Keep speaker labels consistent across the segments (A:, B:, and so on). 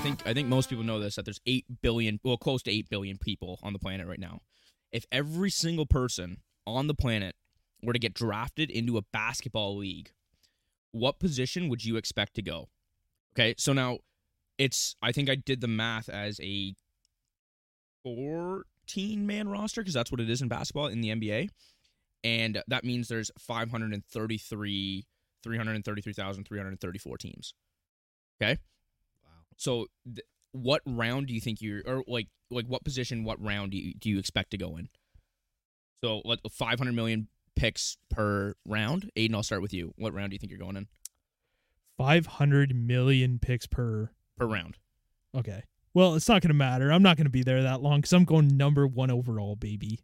A: think I think most people know this that there's eight billion, well, close to eight billion people on the planet right now. If every single person on the planet were to get drafted into a basketball league, what position would you expect to go? Okay, so now it's I think I did the math as a fourteen man roster because that's what it is in basketball in the NBA, and that means there's five hundred and thirty three. 333,334 teams. So, th- what round do you think you're, or like, like what position, what round do you, do you expect to go in? So, let 500 million picks per round. Aiden, I'll start with you. What round do you think you're going in
B: Five hundred million picks per.
A: per round?
B: Okay. Well, it's not gonna matter. I'm not gonna be there that long because I'm going number one overall, baby.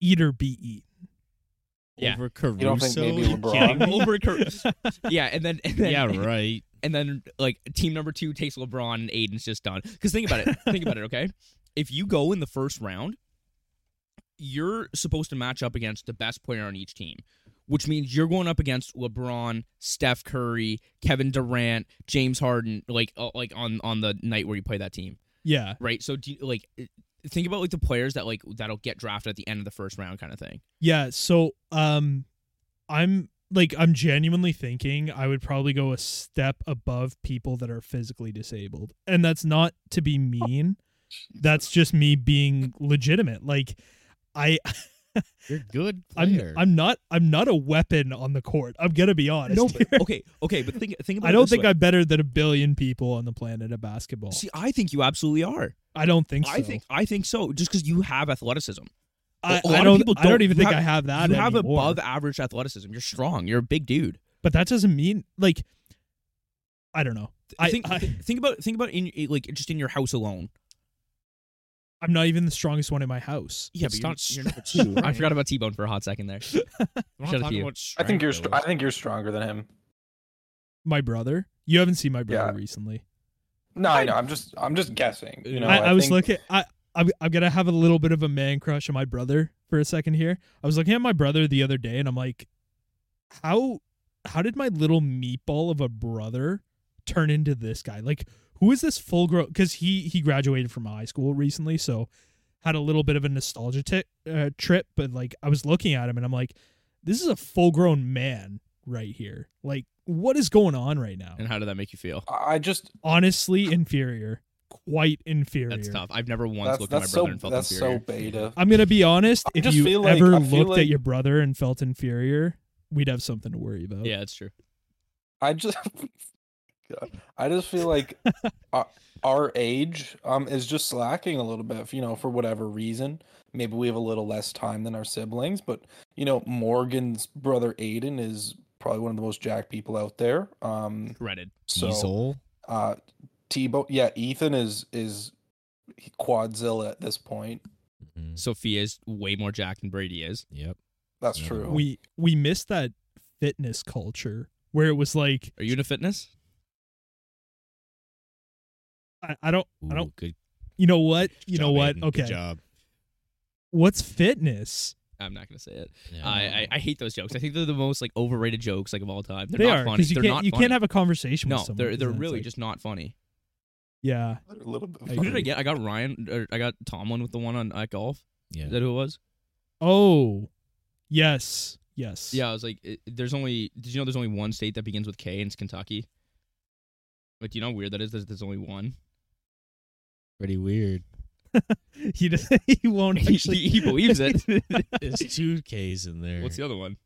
B: Eat or be eaten.
A: Yeah.
C: Over
D: You don't think
C: Caruso.
D: maybe
C: You
D: LeBron?
C: kidding me?
A: Over Cur- yeah, and then and then,
C: yeah, right.
A: and then like team number two takes LeBron, and Aiden's just done. Because think about it, think about it. Okay, if you go in the first round, you're supposed to match up against the best player on each team, which means you're going up against LeBron, Steph Curry, Kevin Durant, James Harden, like uh, like on on the night where you play that team,
B: Yeah.
A: right? So do you, like think about like the players that like that'll get drafted at the end of the first round, kind of thing.
B: Yeah. So, um, I'm like I'm genuinely thinking I would probably go a step above people that are physically disabled, and that's not to be mean. That's just me being legitimate. Like, I
C: You're a good
B: I'm
C: player.
B: I'm not I'm not a weapon on the court. I'm gonna be honest.
A: No,
B: here.
A: but, okay, okay, but think think about.
B: I
A: it
B: don't
A: this
B: think
A: way.
B: I'm better than a billion people on the planet at basketball.
A: See, I think you absolutely are.
B: I don't think so.
A: I think I think so. Just because you have athleticism,
B: I,
A: a lot
B: I
A: of
B: don't,
A: people
B: I don't
A: don't-
B: even
A: you
B: think
A: have-
B: I have that.
A: you have
B: anymore.
A: above average athleticism. You're strong. You're a big dude.
B: but that doesn't mean like I don't know. I,
A: think
B: I
A: think about think about in like just in your house alone.
B: I'm not even the strongest one in my house.
A: Yeah,
C: It's
A: but you're-
C: not
A: you're
C: strong.
A: I forgot about T Bone for a hot second there.
C: We're
A: Shut
C: not
A: up,
C: talking
A: you.
C: about
D: I think you're.
C: strength,
D: Str-
C: though.
D: I think you're stronger than him.
B: My brother. You haven't seen my brother
D: Yeah.
B: recently.
D: No, I know. I'm just. I'm just guessing. You know.
B: I, I, was
D: think-
B: looking. I I'm, I'm gonna have a little bit of a man crush on my brother for a second here. I was looking at my brother the other day, and I'm like, how how did my little meatball of a brother turn into this guy? Like, who is this full grown? Because he he graduated from high school recently, so had a little bit of a nostalgia ti uh, trip. But like, I was looking at him, and I'm like, this is a full grown man right here. Like, what is going on right now?
A: And how did that make you feel?
D: I just.
B: Honestly, inferior, quite inferior.
A: That's tough. I've never once
D: That's,
A: looked at my
D: that's
A: brother
D: so.
A: and felt
D: That's
A: inferior.
D: so beta.
B: I'm gonna be honest.
D: I
B: If
D: just
B: you
D: feel like-
B: ever
D: I feel
B: looked at
D: like-
B: your brother and felt inferior, we'd have something to worry about.
A: yeah, it's true.
D: I just. God. I just feel like our, our age um is just slacking a little bit. You know, for whatever reason. Maybe we have a little less time than our siblings, but you know, Morgan's brother Aiden is probably one of the most jacked people out there. Um.
A: Shredded.
D: So.
C: Diesel.
D: Uh, Tebow. Yeah, Ethan is is he- quadzilla at this point.
B: Mm.
C: Mhm.
A: Sophia's way more jacked than Brady is.
C: Yep.
D: That's
C: Yeah.
D: true.
B: We we missed that fitness culture where it was like
A: Are you into fitness?
B: I, I don't
C: Ooh,
B: I don't
C: Good.
B: you know what
C: good
B: you
C: job,
B: know what
C: Aiden. Good
B: okay
C: job.
B: what's fitness
A: I'm not gonna say it.
C: Yeah.
A: I, I I hate those jokes. I think they're the most like overrated jokes like of all time. They're
B: they
A: not
B: are
A: funny.
B: you
A: they're
B: can't
A: not
B: you
A: funny.
B: can't have a conversation
A: no.
B: with someone
A: They're
B: 'cause
A: they're
B: then it's
A: really
B: like-
A: just not funny.
B: yeah
D: They're a little bit
B: I
A: Who did I
B: agree.
A: get? I got Ryan. Or I got Tomlin with the one on at golf.
C: Yeah.
A: Is that who it was?
B: oh yes yes
A: Yeah, I was like, it, there's only. Did you know there's only one state that begins with K and it's Kentucky? Like, do you know how weird that is? There's, there's only one.
C: Pretty weird.
B: he does, he won't
A: He-
B: actually
A: he- he believes it.
C: There's two K's in there.
A: What's the other one?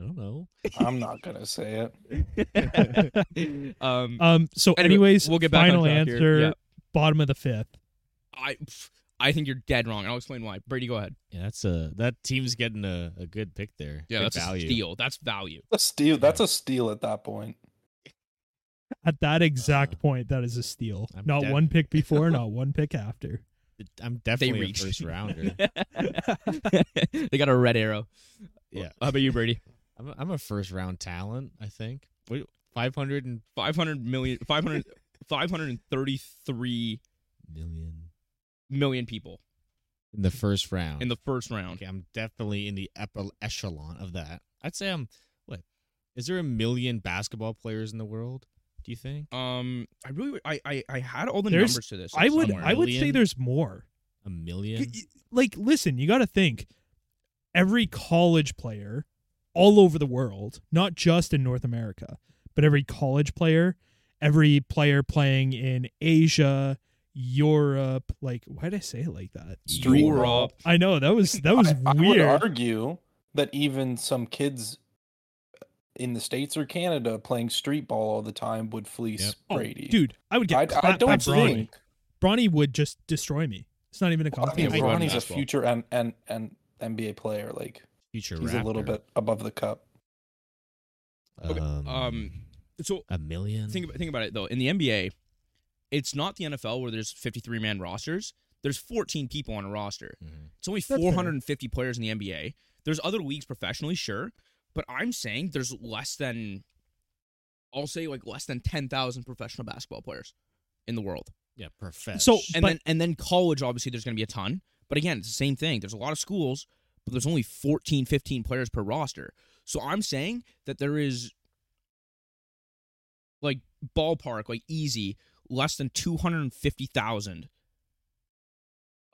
C: I don't know.
D: I'm not gonna say it.
A: um,
B: um so
A: anyway,
B: anyways
A: we'll get back on
B: final
A: track here.
B: answer
A: Yeah.
B: bottom of the fifth
A: I, pff, I think you're dead wrong. I'll explain why. Brady, go ahead.
C: Yeah, that's a that team's getting a, a good pick there.
A: Yeah,
C: good
A: that's
C: value.
A: a steal. That's value.
D: A steal. That's a steal at that point.
B: at that exact
C: Uh,
B: point, that is a steal.
C: I'm
B: not
C: dead.
B: one pick before, not one pick after.
C: I'm
A: They
C: definitely a
A: reached.
C: first rounder.
A: they got a red arrow.
C: Yeah.
A: How about you, Brady?
C: I'm a, I'm a first round talent. I think. Wait, five hundred and
A: 500 million, 500, 533
C: million
A: million people
C: in the first round.
A: in the first round.
C: okay, I'm definitely in the upper echelon of that. I'd say I'm what Is there a million basketball players in the world? Do you think
A: Um, I really, would- I, I, I had all the
B: There's-
A: numbers to this.
B: I would
A: somewhere.
B: I would say
C: Million.
B: there's more.
C: a million?
B: Y- y- Like listen, you got to think every college player all over the world, not just in North America, but every college player, every player playing in Asia, Europe, like why did I say it like that?
D: Street
A: Europe.
B: I know that was that was
D: I, I would
B: weird.
D: argue that even some kids in the states or Canada playing street ball all the time would fleece
C: Yep.
B: Oh,
D: Brady.
B: dude, I would get
D: I, I
B: clapped by
D: don't
B: Bronny.
D: think.
B: Bronny would just destroy me. It's not even a
D: I mean,
B: contest.
C: Yeah, Bron-
D: Bronny's a
C: basketball.
D: future and and and NBA player. Like
C: Future
D: he's a little
C: Raptor.
D: bit above the cup.
A: Okay,
C: Um,
A: um, So
C: a million.
A: think about, think about it though. In the NBA, it's not the NFL where there's 53 man rosters. There's 14 people on a roster.
C: Mhm.
A: It's only
B: fair.
A: 450 players in the NBA. There's other leagues professionally, sure, but I'm saying there's less than, I'll say like less than 10,000 professional basketball players in the world.
C: Yeah, perfect.
B: So-
A: and
B: But-
A: then and then college obviously there's going to be a ton but again it's the same thing there's a lot of schools but there's only 14 15 players per roster so i'm saying that there is like ballpark like easy less than 250000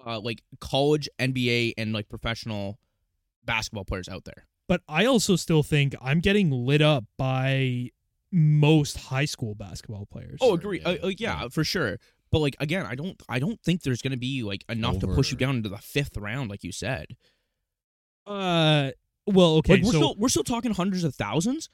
A: uh like college nba and like professional basketball players out there
B: but I also still think I'm getting lit up by most high school basketball players.
A: oh
C: Sure,
A: agree
C: yeah.
A: Uh, uh, yeah,
C: Yeah.
A: for sure but like again i don't i don't think there's going to be like enough to push you
C: Over.
A: down into the fifth round like you said
B: Uh, well, okay.
A: like we're
B: so
A: still we're still talking hundreds of thousands.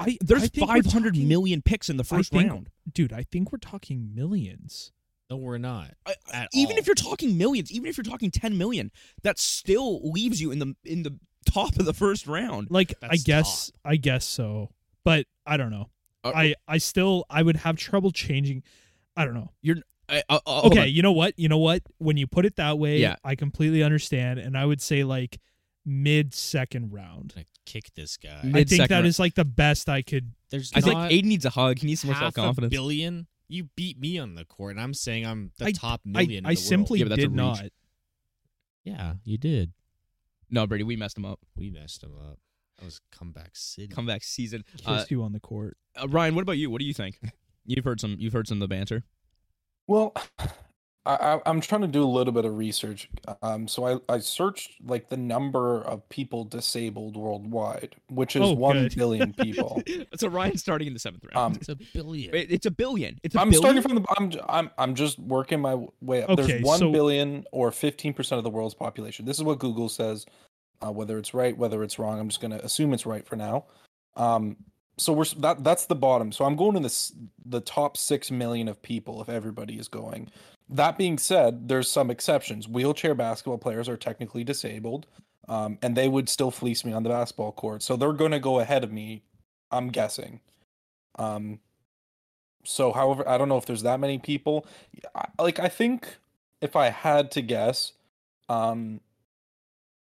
B: I I
A: There's
B: think we're
A: five hundred
B: talking-
A: million picks in the
B: I
A: first
B: think-
A: round.
B: dude. I think we're talking millions.
C: no, we're not.
A: I-
C: At
A: even
C: all.
A: if you're talking millions, even if you're talking ten million, that still leaves you in the in the top of the first round.
B: Like I
C: That's
B: guess, I guess so. But I don't know.
A: Uh,
B: I I still I would have trouble changing. I don't know.
A: I-
C: uh,
A: I- I- hold
B: Okay,
A: on.
B: you know what? You know what? When you put it that way,
A: Yeah.
B: I completely understand, and I would say like mid second round.
C: gonna kick this guy.
A: Mid-
B: I think
A: Mid-second
B: that
A: round.
B: is like the best I could
C: There's
A: I think
C: not
A: Aiden needs a hug. He needs some more self
C: half a
A: confidence.
C: billion. You beat me on the court, and I'm saying I'm the
B: I-
C: top
B: I,
C: million. in
B: I
C: the world.
B: simply
A: Yeah, but that's a
B: did
A: reach.
B: not.
C: Yeah, you did.
A: No, Brady, we messed him up.
C: We messed him up. That was comeback city.
A: Comeback season.
B: Kiss
A: Uh,
B: you on the court.
A: uh, Ryan, what about you? What do you think? You've heard some. You've heard some of the banter.
D: Well, I, I, I'm trying to do a little bit of research. Um, so I, I searched like the number of people disabled worldwide, which is
B: Oh,
D: one billion
B: good.
D: people.
A: so Ryan's starting in the seventh round.
D: Um,
C: It's a billion.
A: It- it's a billion. It's a
D: I'm
A: billion?
D: starting from the. I'm. j- I'm. I'm just working my w- way up.
B: Okay,
D: There's one
B: so-
D: billion or fifteen percent of the world's population. This is what Google says. Uh, whether it's right, whether it's wrong, I'm just gonna assume it's right for now. Um. So we're s- that. That's the bottom. So I'm going to this the top six million of people if everybody is going. That being said, there's some exceptions. Wheelchair basketball players are technically disabled, um, and they would still fleece me on the basketball court. So they're going to go ahead of me. I'm guessing. Um, so, however, I don't know if there's that many people. I, like, I think if I had to guess, um,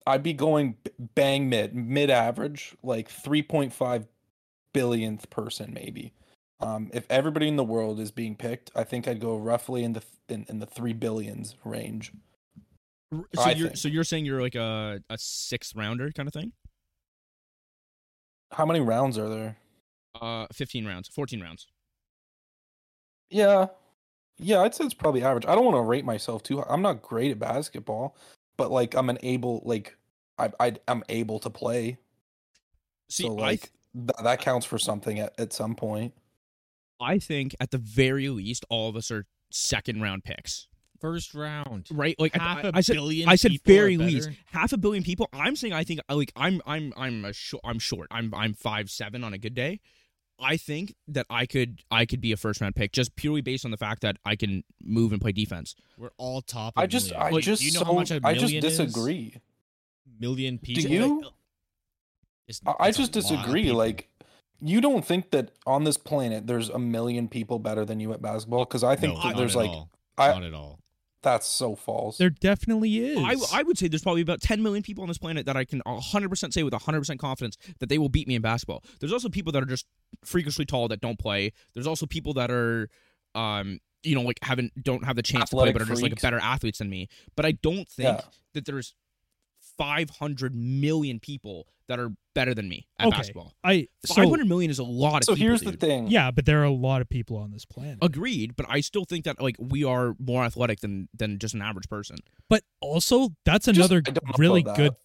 D: I'd be going b- bang mid, mid average, like 3.5 billionth person, maybe. Um, if everybody in the world is being picked, I think I'd go roughly in the th- in, in the three billions range.
A: R- So
D: I
A: you're
D: think.
A: so you're saying you're like a a sixth rounder kind of thing.
D: How many rounds are there?
A: Uh, fifteen rounds, fourteen rounds.
D: Yeah. Yeah, I'd say it's probably average. I don't want to rate myself too high. I'm not great at basketball, but like I'm an able like I, I I'm able to play.
A: See,
D: so
A: I
D: like th- that counts for something at, at some point.
A: I think at the very least, all of us are second round picks,
C: First round.
A: right? Like I-
C: Half
A: I
C: a
A: I said,
C: billion.
A: I said
C: people or
A: very least,
C: better.
A: half a billion people. I'm saying I think uh, like I'm I'm I'm a short I'm short. I'm I'm five seven on a good day. I think that I could I could be a first round pick just purely based on the fact that I can move and play defense.
C: We're all top.
D: I
C: a
D: just
C: million.
D: I
C: Like,
D: just
C: you know
D: so,
C: how much a
D: I just
C: million is?
D: disagree.
C: Million people. like,
D: you?
C: it's-
D: I, I
C: it's a
D: just
C: lot of
D: disagree.
C: people.
D: Like you don't think that on this planet there's a million people better than you at basketball because I think
C: No,
D: that
C: not
D: there's
C: at
D: like
C: all.
D: I-
C: not at all.
D: that's so false.
B: There definitely is.
A: I, I would say there's probably about 10 million people on this planet that I can 100% say with 100% confidence that they will beat me in basketball. There's also people that are just freakishly tall that don't play. There's also people that are, um, you know, like haven't don't have the chance to play,
D: Athletic
A: but are just like
D: freaks.
A: better athletes than me. But I don't think
D: Yeah.
A: that there's 500 million people that are better than me at
B: Okay.
A: basketball.
B: I
A: Five
B: so
A: hundred million is a lot of
D: So
A: people,
D: here's
A: dude.
D: the thing.
B: yeah, but there are a lot of people on this planet.
A: Agreed, but I still think that like we are more athletic than than just an average person.
B: But also, that's
D: Just-
B: another
D: I don't know
B: really
D: about
B: good.
D: that.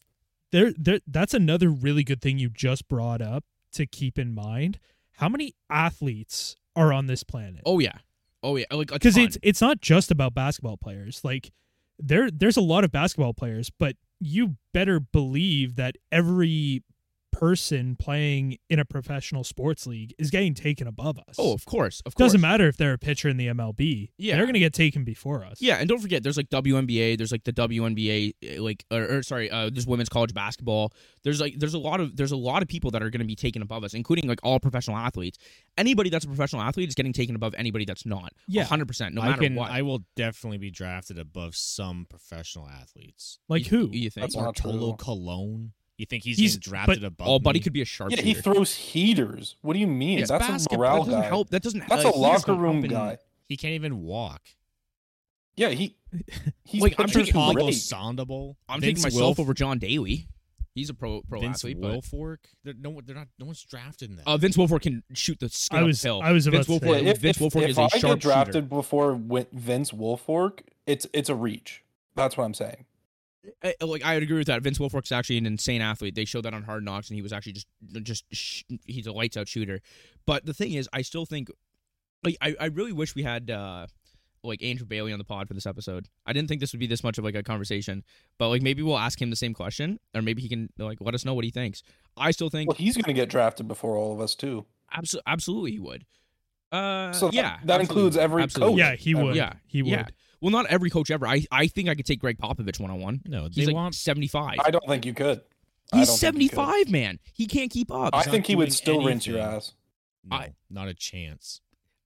B: There, there. That's another really good thing you just brought up to keep in mind. How many athletes are on this planet?
A: Oh yeah, oh yeah, like because
B: because it's it's not just about basketball players. Like there there's a lot of basketball players, but you better believe that every person playing in a professional sports league is getting taken above us.
A: oh of course of course
B: doesn't matter if they're a pitcher in the MLB.
A: Yeah.
B: they're gonna get taken before us.
A: Yeah, and don't forget, there's like WNBA, there's like the WNBA, uh, like or, or sorry, uh, there's women's college basketball. There's like there's a lot of there's a lot of people that are going to be taken above us, including like all professional athletes. Anybody that's a professional athlete is getting taken above anybody that's not.
B: Yeah.
A: hundred percent, no
C: I
A: matter
C: can.
A: what.
C: I will definitely be drafted above some professional athletes.
B: like
A: You-
B: who?
A: You think?
D: That's all- Not true.
C: Bartolo Colon. You think he's,
B: He's-
C: getting drafted
B: but-
C: above?
A: Oh, buddy
C: me?
A: could be a sharp.
D: Yeah, he throws heaters. What do you mean?
A: It's
D: That's
A: basketball.
D: a morale
A: that doesn't
D: guy.
A: help. uh, That doesn't
D: That's
A: help. He's
D: a locker
A: not
D: room
A: helping-
D: guy.
C: He can't even walk.
D: Yeah, he he's
A: Like, I'm
D: pictured
A: thinking
D: great.
A: Pablo
C: Pablo Sandoval.
A: I'm
C: Vince
A: taking myself
C: Wilf-
A: over John Daly. He's a pro pro
C: Vince
A: athlete, but
C: Wilfork. They're, no, one- they're not. No one's drafted them.
A: uh, Vince Wilfork can shoot the skin
B: I
A: off
B: was-
A: the hill.
B: I was about
A: Vince
B: to say-
A: Wilfork,
D: Yeah, if,
A: Vince
D: if,
A: Wilfork
D: if
A: is
D: I
A: a
D: get
A: sharp
D: drafted
A: shooter.
D: before Win- Vince Wilfork, it's it's a reach. That's what I'm saying.
A: I, Eh, like I would agree with that. Vince Wilfork's actually an insane athlete. They showed that on Hard Knocks, and he was actually just just sh- he's a lights out shooter. But the thing is, I still think like I, I really wish we had uh like Andrew Bailey on the pod for this episode. I didn't think this would be this much of like a conversation, but like maybe we'll ask him the same question, or maybe he can like let us know what he thinks. I still think
D: Well, he's going to get drafted before all of us too.
A: abso- absolutely he would. Uh,
D: So that-
A: yeah,
D: that includes
A: absolutely.
D: every
A: Absolutely.
D: coach.
B: Yeah, he
D: Uh,
B: would.
A: Oh, yeah,
B: he would.
A: yeah. Well, not every coach ever. I I think I could take Greg Popovich one on one.
C: no, they
A: He's like
C: want.
A: seventy five.
D: I don't think you could. I
A: He's
D: don't think you could.
A: 75, man. He can't keep up.
D: I
C: He's not
D: think he would
C: doing
D: still rinse your
C: anything.
D: ass.
C: No,
A: I-
C: not a chance.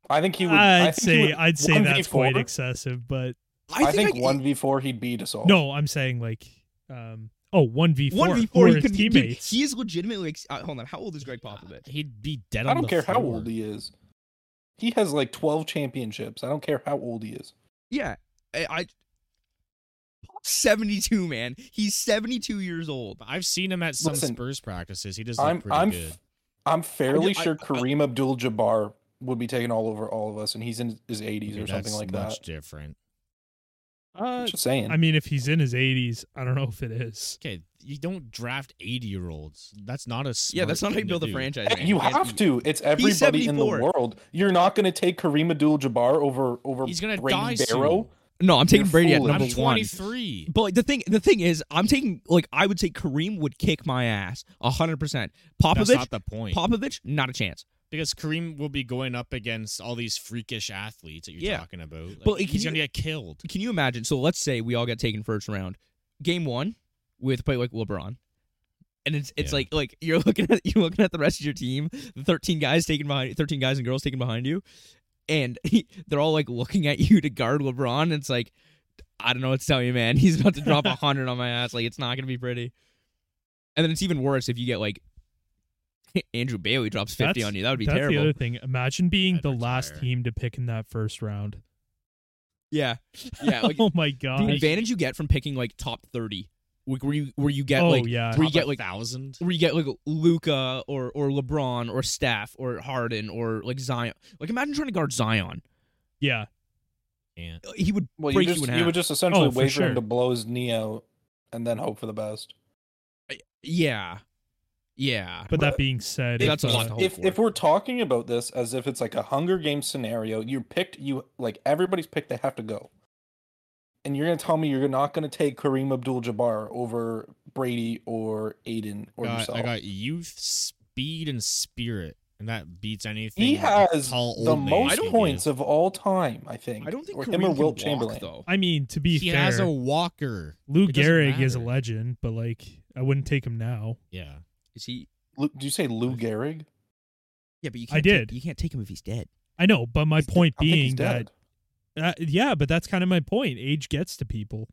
D: I think he would. I
B: I'd
D: think he
B: say
D: would
B: I'd say that's
D: 1v4.
B: quite excessive, but
D: I think one v four he'd beat us all.
B: no, I'm saying like um oh one v four
A: Oh. one before he
B: his
A: could dude,
B: teammates.
A: He is legitimately. ex- Uh, hold on, how old is Greg Popovich?
C: Uh, He'd be dead.
D: I
C: on
D: don't
C: the
D: care how
C: floor.
D: old he is. He has like twelve championships. I don't care how old he is.
A: Yeah, I, I seventy-two, man. He's seventy-two years old.
C: I've seen him at some
D: Listen,
C: Spurs practices. He does look
D: I'm
C: pretty
D: I'm
C: good.
D: f- I'm fairly
A: I-
D: sure
A: I-
D: Kareem Abdul-Jabbar would be taken all over all of us, and he's in his 80s
C: Okay,
D: or something
C: that's
D: like
C: much
D: that.
C: different.
B: Uh,
D: Just saying.
B: I mean, if he's in his 80s, I don't know if it is.
C: Okay, you don't draft eighty-year-olds. That's not a smart
A: Yeah, that's not how you
C: thing to
A: build a
C: do.
A: franchise.
D: Hey,
A: man.
D: You
A: can't
D: have
A: do-
D: to. It's everybody in the
A: 74.
D: world. You're not going to take Kareem Abdul-Jabbar over over
C: He's gonna
D: Brady
C: die
D: Barrow.
A: No, I'm taking
D: You're
A: Brady at
D: foolish.
A: number
C: I'm
A: one.
C: twenty-three.
A: But like, the thing, the thing is, I'm taking like I would say Kareem would kick my ass hundred percent.
C: That's
A: Popovich,
C: not the point.
A: Popovich, not a chance.
C: because Kareem will be going up against all these freakish athletes that you're
A: Yeah.
C: talking about. Like,
A: But, like,
C: he's
A: can
C: gonna get killed.
A: Can you imagine? So let's say we all get taken first round, game one, with play like LeBron, and it's it's
C: Yeah.
A: like like you're looking at you're looking at the rest of your team, the thirteen guys taken behind, thirteen guys and girls taken behind you, and they're all like looking at you to guard LeBron. And it's like I don't know what to tell you, man. He's about to drop a hundred on my ass. Like it's not gonna be pretty. And then it's even worse if you get like Andrew Bailey drops fifty
B: That's-
A: on you. That would be
B: That's
A: terrible.
B: the other thing. Imagine being
C: I'd
B: the last
C: retire.
B: team to pick in that first round.
A: Yeah, yeah. Like
B: oh my
A: the
B: god.
A: advantage you get from picking like top thirty, like where you where you get
B: Oh
A: like
B: yeah.
A: we
C: Top
A: get,
C: a
A: like-
C: thousand.
A: where you get like Luca or or LeBron or Steph or Harden or like Zion. Like imagine trying to guard Zion.
B: Yeah.
C: Yeah.
A: He would
D: Well, you
A: break you,
D: just
A: in
D: you,
A: half.
D: would just essentially
B: Oh, for
D: wait for
B: sure.
D: him to blow his knee out and then hope for the best.
A: yeah, yeah.
B: But that
D: But
B: being said,
A: if- That's a
B: uh,
A: lot to hope
D: if
A: for.
D: if we're talking about this as if it's like a Hunger Games scenario, you picked you like everybody's picked they have to go. And you're gonna tell me you're not gonna take Kareem Abdul-Jabbar over Brady or Aiden or
C: Got-
D: yourself.
C: I got youth, speed, and spirit, and that beats anything.
D: he
C: that a
D: has
C: tall
D: the
C: old man
D: most
C: can do.
D: points of all time, I think.
A: I don't think
D: or
A: Kareem
D: him or
A: can walk,
D: Wilt Chamberlain.
A: though.
B: I mean, to be
C: He
B: fair,
C: has a walker.
B: Lou
C: it doesn't
B: Gehrig is a
C: matter.
B: legend, but like I wouldn't take him now.
C: Yeah.
A: Is he?
D: Lu- Do you say Lou Gehrig?
A: Yeah, but you
B: I
A: can't.
B: did.
A: Take, you can't take him if he's dead.
B: I know, but my
D: He's dead.
B: point
D: I think he's
B: being that
D: dead.
B: uh, yeah, but that's kind of my point. Age gets to people.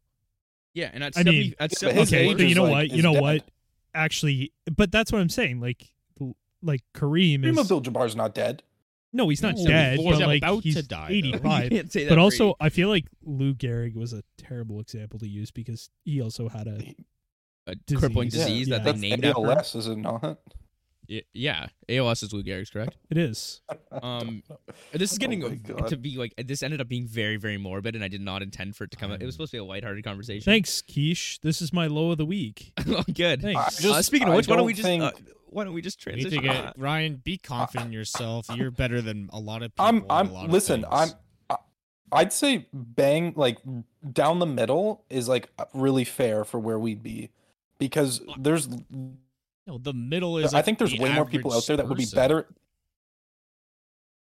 A: Yeah, and at
B: I
A: 70, at
B: mean-
D: Yeah, but his
A: 74
B: okay,
D: age
B: but you
D: is,
B: know
D: like,
B: what? You
D: is
B: know
D: dead.
B: what? Actually, but that's what I'm saying. Like like Kareem
D: Kareem
B: is
D: Abdul-Jabbar's not dead.
B: No, he's not
C: No,
B: dead,
C: he's
B: but like
C: about
B: he's
C: to die, though.
B: 85.
A: you can't say that
B: but
A: for
B: also,
A: eight.
B: I feel like Lou Gehrig was a terrible example to use because he also had a
A: a crippling
B: Disease.
D: Yeah.
A: disease that
B: Yeah.
A: they
D: That's
A: named after.
D: ALS, is it not?
A: Y- Yeah, ALS is Lou Gehrig's, correct?
B: It is.
A: Um, This is
D: Oh
A: getting
D: my
A: a-
D: God.
A: to be like this ended up being very very morbid, and I did not intend for it to come. out. It
C: I'm-
A: was supposed to be a lighthearted conversation.
B: Thanks, Quiche. This is my low of the week.
A: oh, good.
B: Thanks.
D: I
A: Uh,
D: just-
A: speaking of
D: I
A: which, why don't we just
D: don't
A: uh,
D: think-
A: why don't we just
C: You need to
A: transition? Uh,
C: get Ryan. Be confident in yourself. You're better than a lot of people.
D: I'm
C: and a lot
D: I'm
C: of
D: listen,
C: things.
D: I'm I- I'd say bang like down the middle is like really fair for where we'd be because
A: Uh,
D: there's
C: No, the middle is.
D: I
C: like,
D: think there's
C: the
D: way more people out
C: average
D: there that would be
C: person.
D: better.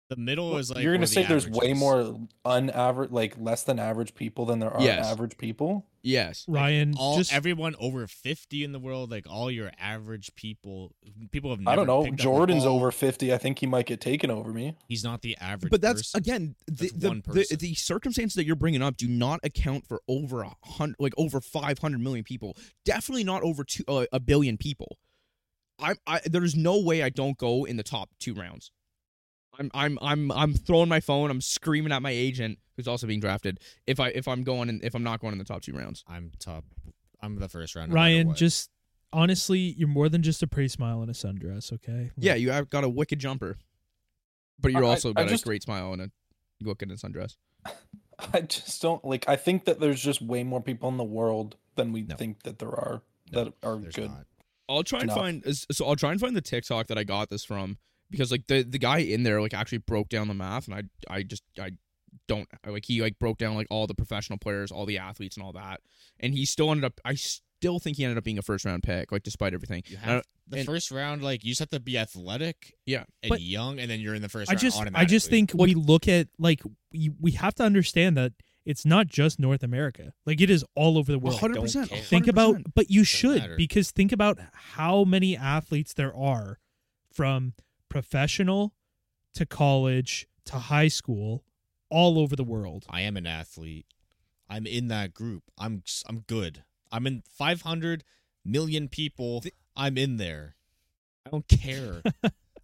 C: The middle is like.
D: You're
C: where
D: gonna
C: the
D: say there's
C: average
D: way
C: is.
D: more unaverage like less than average people than there are
A: Yes.
D: average people.
A: yes.
B: Ryan,
C: All
B: just
C: everyone over fifty in the world, like all your average people, people have. Never
D: I don't know.
C: picked up a
D: Jordan's
C: ball.
D: over 50. I think he might get taken over me.
C: He's not the average.
A: But that's
C: person.
A: again the
C: That's
A: the,
C: one
A: the
C: person.
A: the circumstances that you're bringing up do not account for over a hundred like over five hundred million people. Definitely not over two uh, a billion people. I, I there's no way I don't go in the top two rounds. I'm I'm I'm I'm throwing my phone. I'm screaming at my agent who's also being drafted. If I if I'm going in, if I'm not going in the top two rounds,
C: I'm top. I'm the first round. no matter
B: Ryan,
C: what.
B: just honestly, you're more than just a pretty smile and a sundress, okay?
A: yeah, you have got a wicked jumper, but you're
D: I- I-
A: also
D: I
A: got
D: just-
A: a great smile and a look in a sundress.
D: I just don't like I think that there's just way more people in the world than we
C: No.
D: think that there are
C: No,
D: that are
C: there's
D: good.
C: not.
A: I'll try and
D: No.
A: find is- so I'll try and find the TikTok that I got this from because like the the guy in there like actually broke down the math and I I just I don't like he like broke down like all the professional players, all the athletes and all that. And he still ended up I still think he ended up being a first round pick like despite everything.
C: You
A: And
C: have the
A: and-
C: first round, like you just have to be athletic,
A: Yeah.
C: and
B: But-
C: young, and then you're in the first.
B: I
C: round
B: just I
C: automatically.
B: just think we look at like we, we have to understand that it's not just North America. Like it is all over the
A: I
B: world.
A: 100%.
C: care.
B: Think about
A: 100%.
B: but you should
C: matter.
B: because think about how many athletes there are from professional to college to high school all over the world.
C: I am an athlete. I'm in that group. I'm s- I'm good. I'm in 500 million people. I'm in there. I don't care.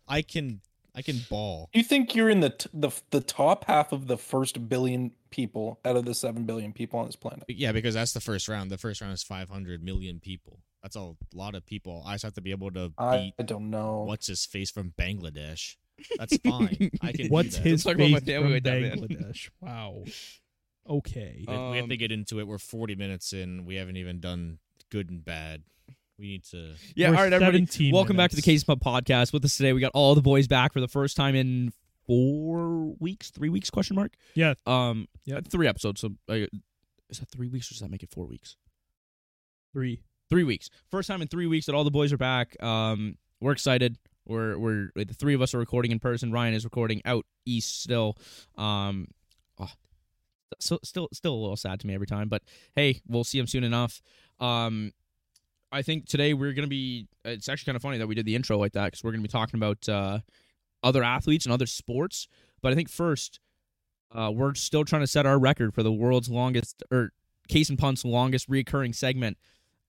C: I can I can ball.
D: You think you're in the t- the f- the top half of the first billion people out of the seven billion people on this planet?
C: But yeah, because that's the first round. The first round is 500 million people. That's a lot of people. I just have to be able to
D: I,
C: beat
D: I don't know.
C: what's his face from Bangladesh. That's fine. I can. do
B: What's
C: that.
B: his
A: Let's talk about
B: faith
A: my family
B: from
A: with that, man.
B: Bangladesh? Wow. Okay.
C: We we have
A: Um,
C: to get into it. We're 40 minutes in. We haven't even done good and bad. We need to.
A: Yeah,
B: We're
A: all right everybody.
B: 17
A: Welcome back to the Case
B: minutes.
A: Pub podcast. With us today we got all the boys back for the first time in 4 weeks, 3 weeks question mark.
B: Yeah.
A: Um yeah,
B: Yep.
A: 3 episodes so uh, is that 3 weeks or does that make it 4 weeks?
B: Three.
A: three weeks. First time in three weeks that all the boys are back. Um, we're excited. We're we're the three of us are recording in person. Ryan is recording out east still. Um, oh, so still still a little sad to me every time, but hey, we'll see him soon enough. Um, I think today we're gonna be. It's actually kind of funny that we did the intro like that because we're gonna be talking about uh, other athletes and other sports. But I think first, uh, we're still trying to set our record for the world's longest or Case and Punt's longest reoccurring segment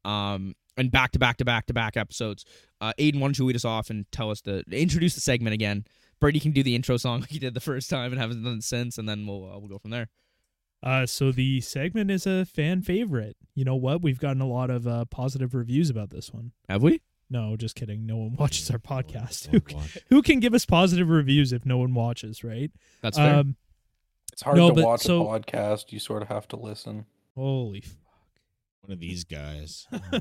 A: um, and back to back to back to back episodes. Uh, Aiden, why don't you lead us off and tell us to introduce the segment again? Brady can do the intro song like he did the first time and haven't done it since, and then we'll uh, we'll go from there.
B: Uh, so the segment is a fan favorite. You know what? We've gotten a lot of uh, positive reviews about this one.
A: Have we?
B: No, just kidding. No one watches our podcast. Who,
C: Don't watch.
B: who can give us positive reviews if no one watches, right?
A: That's fair.
B: Um,
D: It's hard
B: No,
D: to
B: but
D: watch
B: so-
D: a podcast. You sort of have to listen.
B: holy, f-
C: One of these guys. Oh my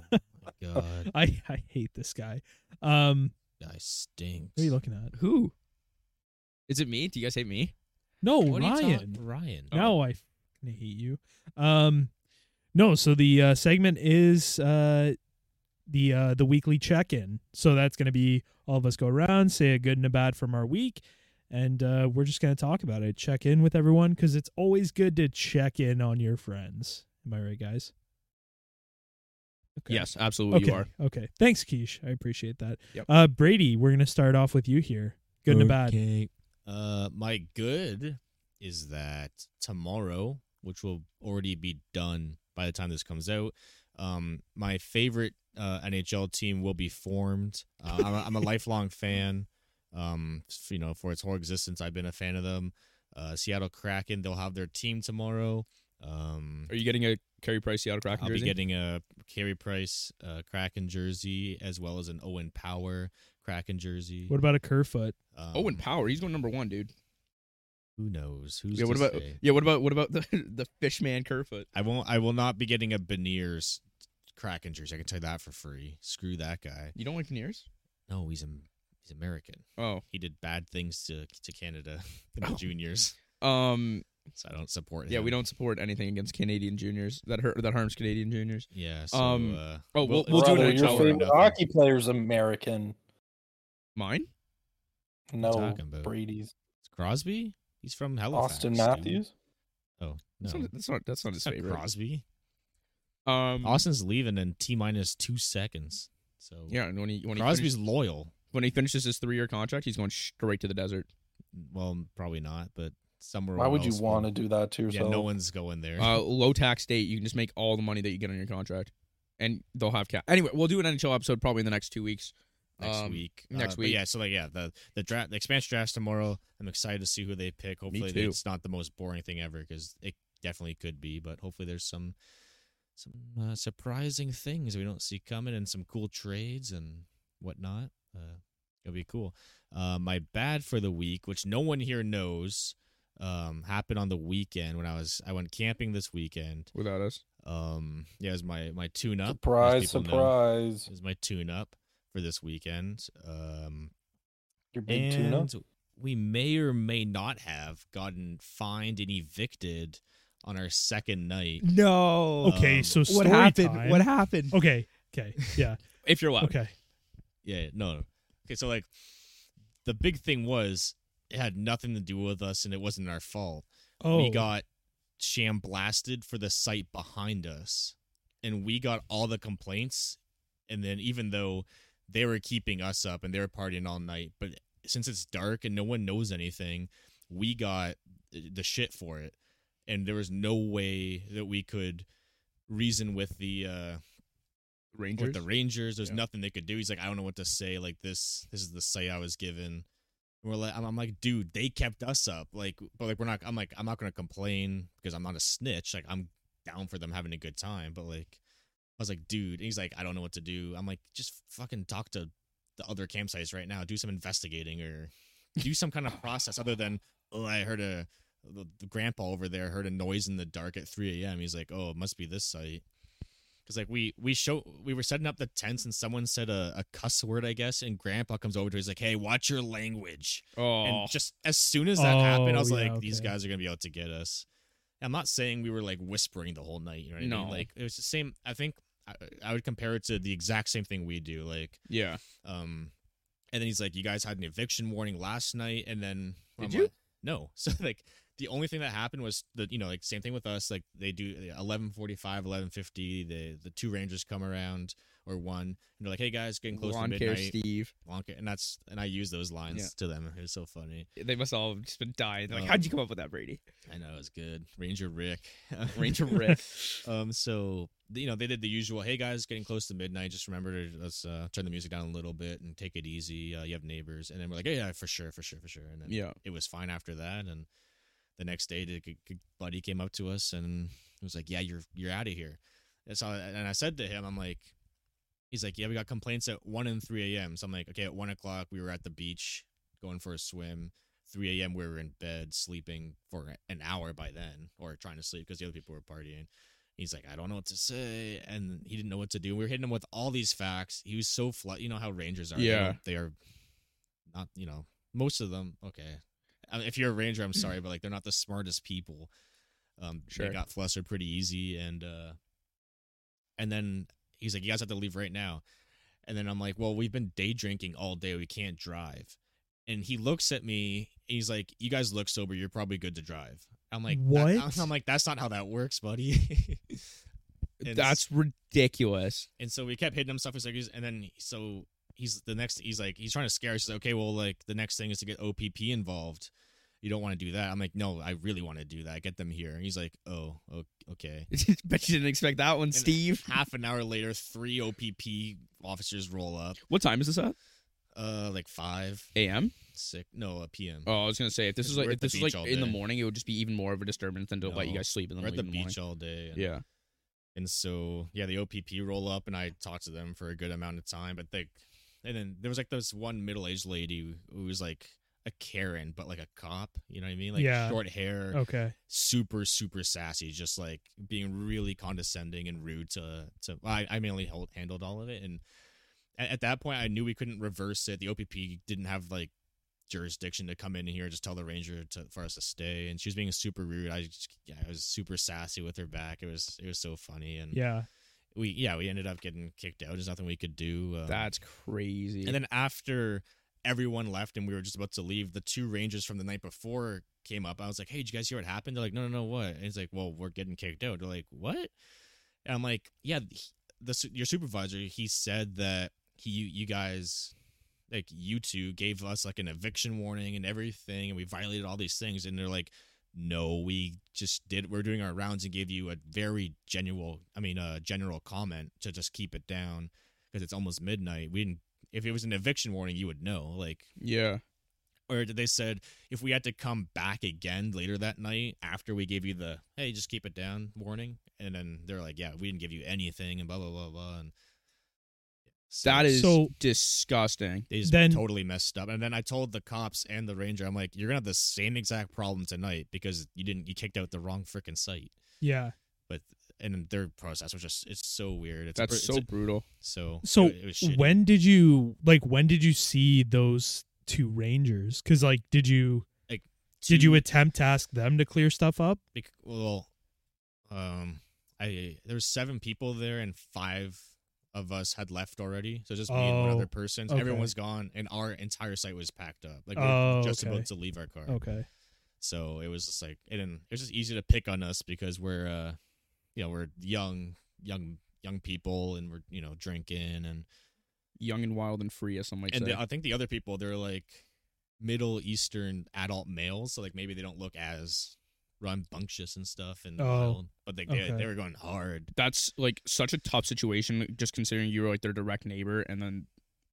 C: god,
B: I I hate this guy. Um,
C: guy stinks.
B: what are you looking at?
A: Who? Is it me? Do you guys hate me?
B: No,
C: What are you
B: Ryan.
C: talking- Ryan.
A: Oh.
B: Now I fucking hate you. Um, no. So the uh, segment is uh, the uh, the weekly check in. So that's gonna be all of us go around, say a good and a bad from our week, and uh, we're just gonna talk about it, check in with everyone, because it's always good to check in on your friends. Am I right, guys? Okay.
A: Yes, absolutely.
B: Okay.
A: You are.
B: Okay. Thanks, Keish. I appreciate that.
A: Yep.
B: Uh, Brady, we're gonna start off with you here. Good and a bad.
C: Okay. Uh, my good is that tomorrow, which will already be done by the time this comes out, um, my favorite uh, NHL team will be formed. Uh, I'm, a, I'm a lifelong fan. Um, f- you know, for its whole existence, I've been a fan of them. Uh, Seattle Kraken, they'll have their team tomorrow. Um,
A: Are you getting a Carey Price Seattle Kraken
C: I'll be
A: jersey?
C: getting a Carey Price uh, Kraken jersey as well as an Owen Power Kraken jersey.
B: What about a Kerfoot?
C: Um,
A: Owen Oh, Power, he's going number one, dude.
C: Who knows? Who's
A: yeah, what
C: to
A: about
C: say?
A: yeah, what about what about the the Fishman Kerfoot?
C: I won't. I will not be getting a Beniers Kraken jersey. I can tell you that for free. Screw that guy.
A: You don't like Veneers?
C: No, he's Am- he's American.
A: Oh,
C: He did bad things to to Canada in the
A: Oh.
C: juniors,
A: um,
C: so I don't support.
A: yeah,
C: him.
A: we don't support anything against Canadian juniors that hurt that harms Canadian juniors.
C: Yeah. So,
A: Um,
C: uh,
A: oh, we'll-
C: it's
A: we'll do it in
C: all
D: Brother,
C: or
A: an
D: your
A: hour or
D: favorite
C: nothing.
D: hockey player's American.
A: Mine?
D: No,
C: talking about?
D: Brady's
C: It's Crosby. He's from Halifax.
D: Austin
C: dude.
D: Matthews.
C: Oh no,
A: That's, not, that's not that's not his
C: It's not
A: favorite.
C: Crosby.
A: Um,
C: Austin's leaving in t minus two seconds. So
A: yeah, and when he when he,
C: Crosby's
A: finishes,
C: loyal.
A: when he finishes his three year contract, he's going straight to the desert.
C: Well, probably not, but somewhere.
D: Why would you want to
C: to?
D: do that to
C: Yeah,
D: yourself?
C: no one's going there.
A: Uh, low tax state, you can just make all the money that you get on your contract, and they'll have cap. Anyway, we'll do an NHL episode probably in the next two weeks.
C: next
A: um,
C: week. uh,
A: next
C: but
A: week.
C: yeah. So like, yeah, the the draft, the expansion drafts tomorrow. I'm excited to see who they pick. Hopefully,
A: too.
C: it's not the most boring thing ever because it definitely could be. But hopefully, there's some some uh, surprising things we don't see coming and some cool trades and whatnot. Uh, it'll be cool. Uh, my bad for the week, which no one here knows, um, happened on the weekend when I was I went camping this weekend.
A: Without us,
C: Um, yeah, it was my my tune up.
D: Surprise, surprise.
C: Is my tune up for this weekend. Um,
D: Your big tuna.
C: and we may or may not have gotten fined and evicted on our second night.
A: no.
B: Okay,
C: Um,
B: so story time.
A: happened?
B: Okay, okay, yeah,
A: If you're allowed,
B: okay.
C: Yeah, no. no. Okay, so like the big thing was it had nothing to do with us and it wasn't our fault.
B: Oh,
C: We got sham blasted for the site behind us. And we got all the complaints. And then even though they were keeping us up and they were partying all night, but since it's dark and no one knows anything, we got the shit for it. And there was no way that we could reason with the uh
A: Rangers.
C: with the Rangers. There's
A: Yeah.
C: nothing they could do. He's like, I don't know what to say. Like this, this is the site I was given. And we're like, I'm, I'm like, dude, they kept us up. Like, but like we're not. I'm like, I'm not gonna complain because I'm not a snitch. Like I'm down for them having a good time. But like, I was like, dude. And he's like, I don't know what to do. I'm like, just fucking talk to the other campsites right now. Do some investigating or do some kind of process other than oh, I heard a. The the grandpa over there heard a noise in the dark at 3 a.m. He's like, "Oh, it must be this site." Cause like we we show we were setting up the tents and someone said a, a cuss word I guess and Grandpa comes over to us, he's like hey watch your language
A: oh,
C: and just as soon as that happened I
B: Oh,
C: was
B: yeah,
C: like these
B: okay.
C: guys are gonna be out to get us. I'm not saying we were like whispering the whole night you know what I
A: No.
C: mean like it was the same I think I, I would compare it to the exact same thing we do like
A: yeah.
C: um and then he's like you guys had an eviction warning last night and then
A: Did
C: I'm
A: you?
C: like, no so like the only thing that happened was the you know like same thing with us like they do 1145 1150 the the two rangers come around or one and they're like hey guys getting close
A: Lawn
C: to
A: care,
C: midnight
A: Steve.
C: Lawn care. and that's and i use those lines
A: Yeah.
C: to them it's so funny
A: They must all have just been dying. They're like,
C: Um,
A: how'd you come up with that, Brady?
C: i know it's good ranger rick
A: Ranger Rick.
C: Um, so th- you know they did the usual. Hey guys, getting close to midnight. Just remember to let's uh, turn the music down a little bit and take it easy. Uh, you have neighbors, and then we're like, yeah, yeah, for sure, for sure, for sure. And then
A: yeah.
C: it was fine after that. And the next day, the g- g- buddy came up to us and was like, yeah, you're you're out of here. And so and I said to him, I'm like, he's like, yeah, we got complaints at one and three a.m. So I'm like, okay, at one o'clock we were at the beach going for a swim. 3 a.m. we were in bed sleeping for an hour by then, or trying to sleep because the other people were partying. He's like, I don't know what to say, and he didn't know what to do. We were hitting him with all these facts. He was so flat. You know how Rangers are. They
A: Yeah.
C: don't- they are not. You know, most of them. Okay, I mean, if you're a Ranger, I'm sorry, but like they're not the smartest people. Um,
A: Sure.
C: they got flustered pretty easy, and uh, and then he's like, you guys have to leave right now. And then I'm like, well, we've been day drinking all day. We can't drive. And he looks at me. And he's like, you guys look sober. You're probably good to drive. I'm like, "That-
B: What?
C: I'm like, that's not how that works, buddy. And s-
A: That's ridiculous.
C: and so we kept hitting him stuff. He's like, he's- and then so he's the next. He's like, he's trying to scare us. He's like, okay, well, like the next thing is to get OPP involved. You don't want to do that. I'm like, no, I really want to do that. Get them here. And he's like, oh, o- okay.
A: Bet you didn't expect that one, Steve.
C: Half an hour later, three OPP officers roll up.
A: What time is this at?
C: Uh, like five.
A: AM?
C: sick. No, uh, a PM.
A: Oh, I was gonna say if this
C: Because
A: is like
C: we're
A: if
C: at the
A: this is
C: beach
A: like
C: all
A: in the
C: day.
A: morning, it would just be even more of a disturbance than to let you
C: No,
A: guys sleep in the
C: We're at the
A: late in the
C: beach all day. And,
A: morning. Yeah,
C: And so yeah, the OPP roll up, and I talked to them for a good amount of time. But they, and then there was like this one middle aged lady who was like a Karen, but like a cop. You know what I mean? Like
B: Yeah.
C: short hair,
B: Okay.
C: super super sassy, just like being really condescending and rude to to. I, I mainly held, handled all of it, and at, at that point, I knew we couldn't reverse it. The OPP didn't have like jurisdiction to come in here and just tell the ranger to, for us to stay and she was being super rude i just yeah, i was super sassy with her back it was it was so funny and
B: Yeah.
C: we yeah we ended up getting kicked out. There's nothing we could do. Um,
A: that's crazy.
C: and then after everyone left and we were just about to leave, the two rangers from the night before came up. I was like, "Hey, did you guys hear what happened?" They're like, "No, no, no, what?" And it's like, "Well, we're getting kicked out." They're like, "What?" And I'm like, "Yeah, he- the su- your supervisor he said that he you, you guys." Like you two gave us like an eviction warning and everything, and we violated all these things. And they're like, "No, we just did. We're doing our rounds and gave you a very general, I mean, a general comment to just keep it down because it's almost midnight. We didn't if it was an eviction warning, you would know. Like,
A: yeah,
C: or they said if we had to come back again later that night after we gave you the hey, just keep it down warning, and then they're like, yeah, we didn't give you anything, and blah blah blah blah, and so
A: that is
B: So-
A: disgusting.
C: they just
B: then-
C: totally messed up. And then I told the cops and the ranger, I'm like, you're gonna have the same exact problem tonight because you didn't you kicked out the wrong freaking site.
B: Yeah.
C: But and their process was just it's so weird. It's a
A: That's
C: br-
A: so
C: it's a-
A: brutal.
C: so
B: So
C: it, it was shitty.
B: when did you like when did you see those two rangers? Cuz like did you did
C: Two-
B: you attempt to ask them to clear stuff up?
C: bec- well um i there was seven people there and five of us had left already so just me and one
B: Oh,
C: other person so everyone
B: okay.
C: was gone and our entire site was packed up like we were
B: Oh,
C: just
B: okay. Oh.
C: about to leave our car
B: Okay.
C: so it was just like and then it was just easy to pick on us because we're uh you know we're young young young people and we're you know drinking and
A: Young and wild and free, as some might
C: and
A: say.
C: the, I think the other people they're like Middle Eastern adult males, so like maybe they don't look as rambunctious and stuff and
B: Oh,
C: wild, but they, they
B: okay.
C: they were going hard.
A: that's like such a tough situation, just considering you were like their direct neighbor, and then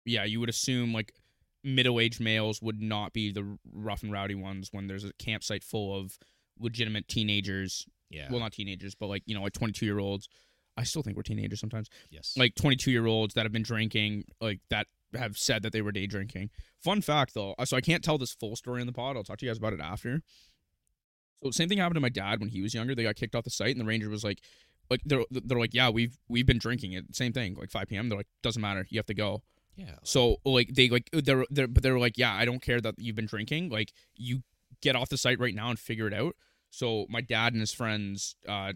A: yeah, you would assume like middle-aged males would not be the rough and rowdy ones when there's a campsite full of legitimate teenagers.
C: Yeah.
A: Well, not teenagers, but like you know, like twenty-two-year-olds. I still think we're teenagers sometimes.
C: yes.
A: like 22 year olds that have been drinking like that have said that they were day drinking fun fact though so i can't tell this full story in the pod i'll talk to you guys about it after so same thing happened to my dad when he was younger they got kicked off the site and the ranger was like like they're they're like yeah we've we've been drinking it same thing like 5 p.m they're like doesn't matter you have to go
C: yeah. like-
A: so like they like they're they're but they were like, yeah, I don't care that you've been drinking. Like you get off the site right now and figure it out. So my dad and his friends, uh,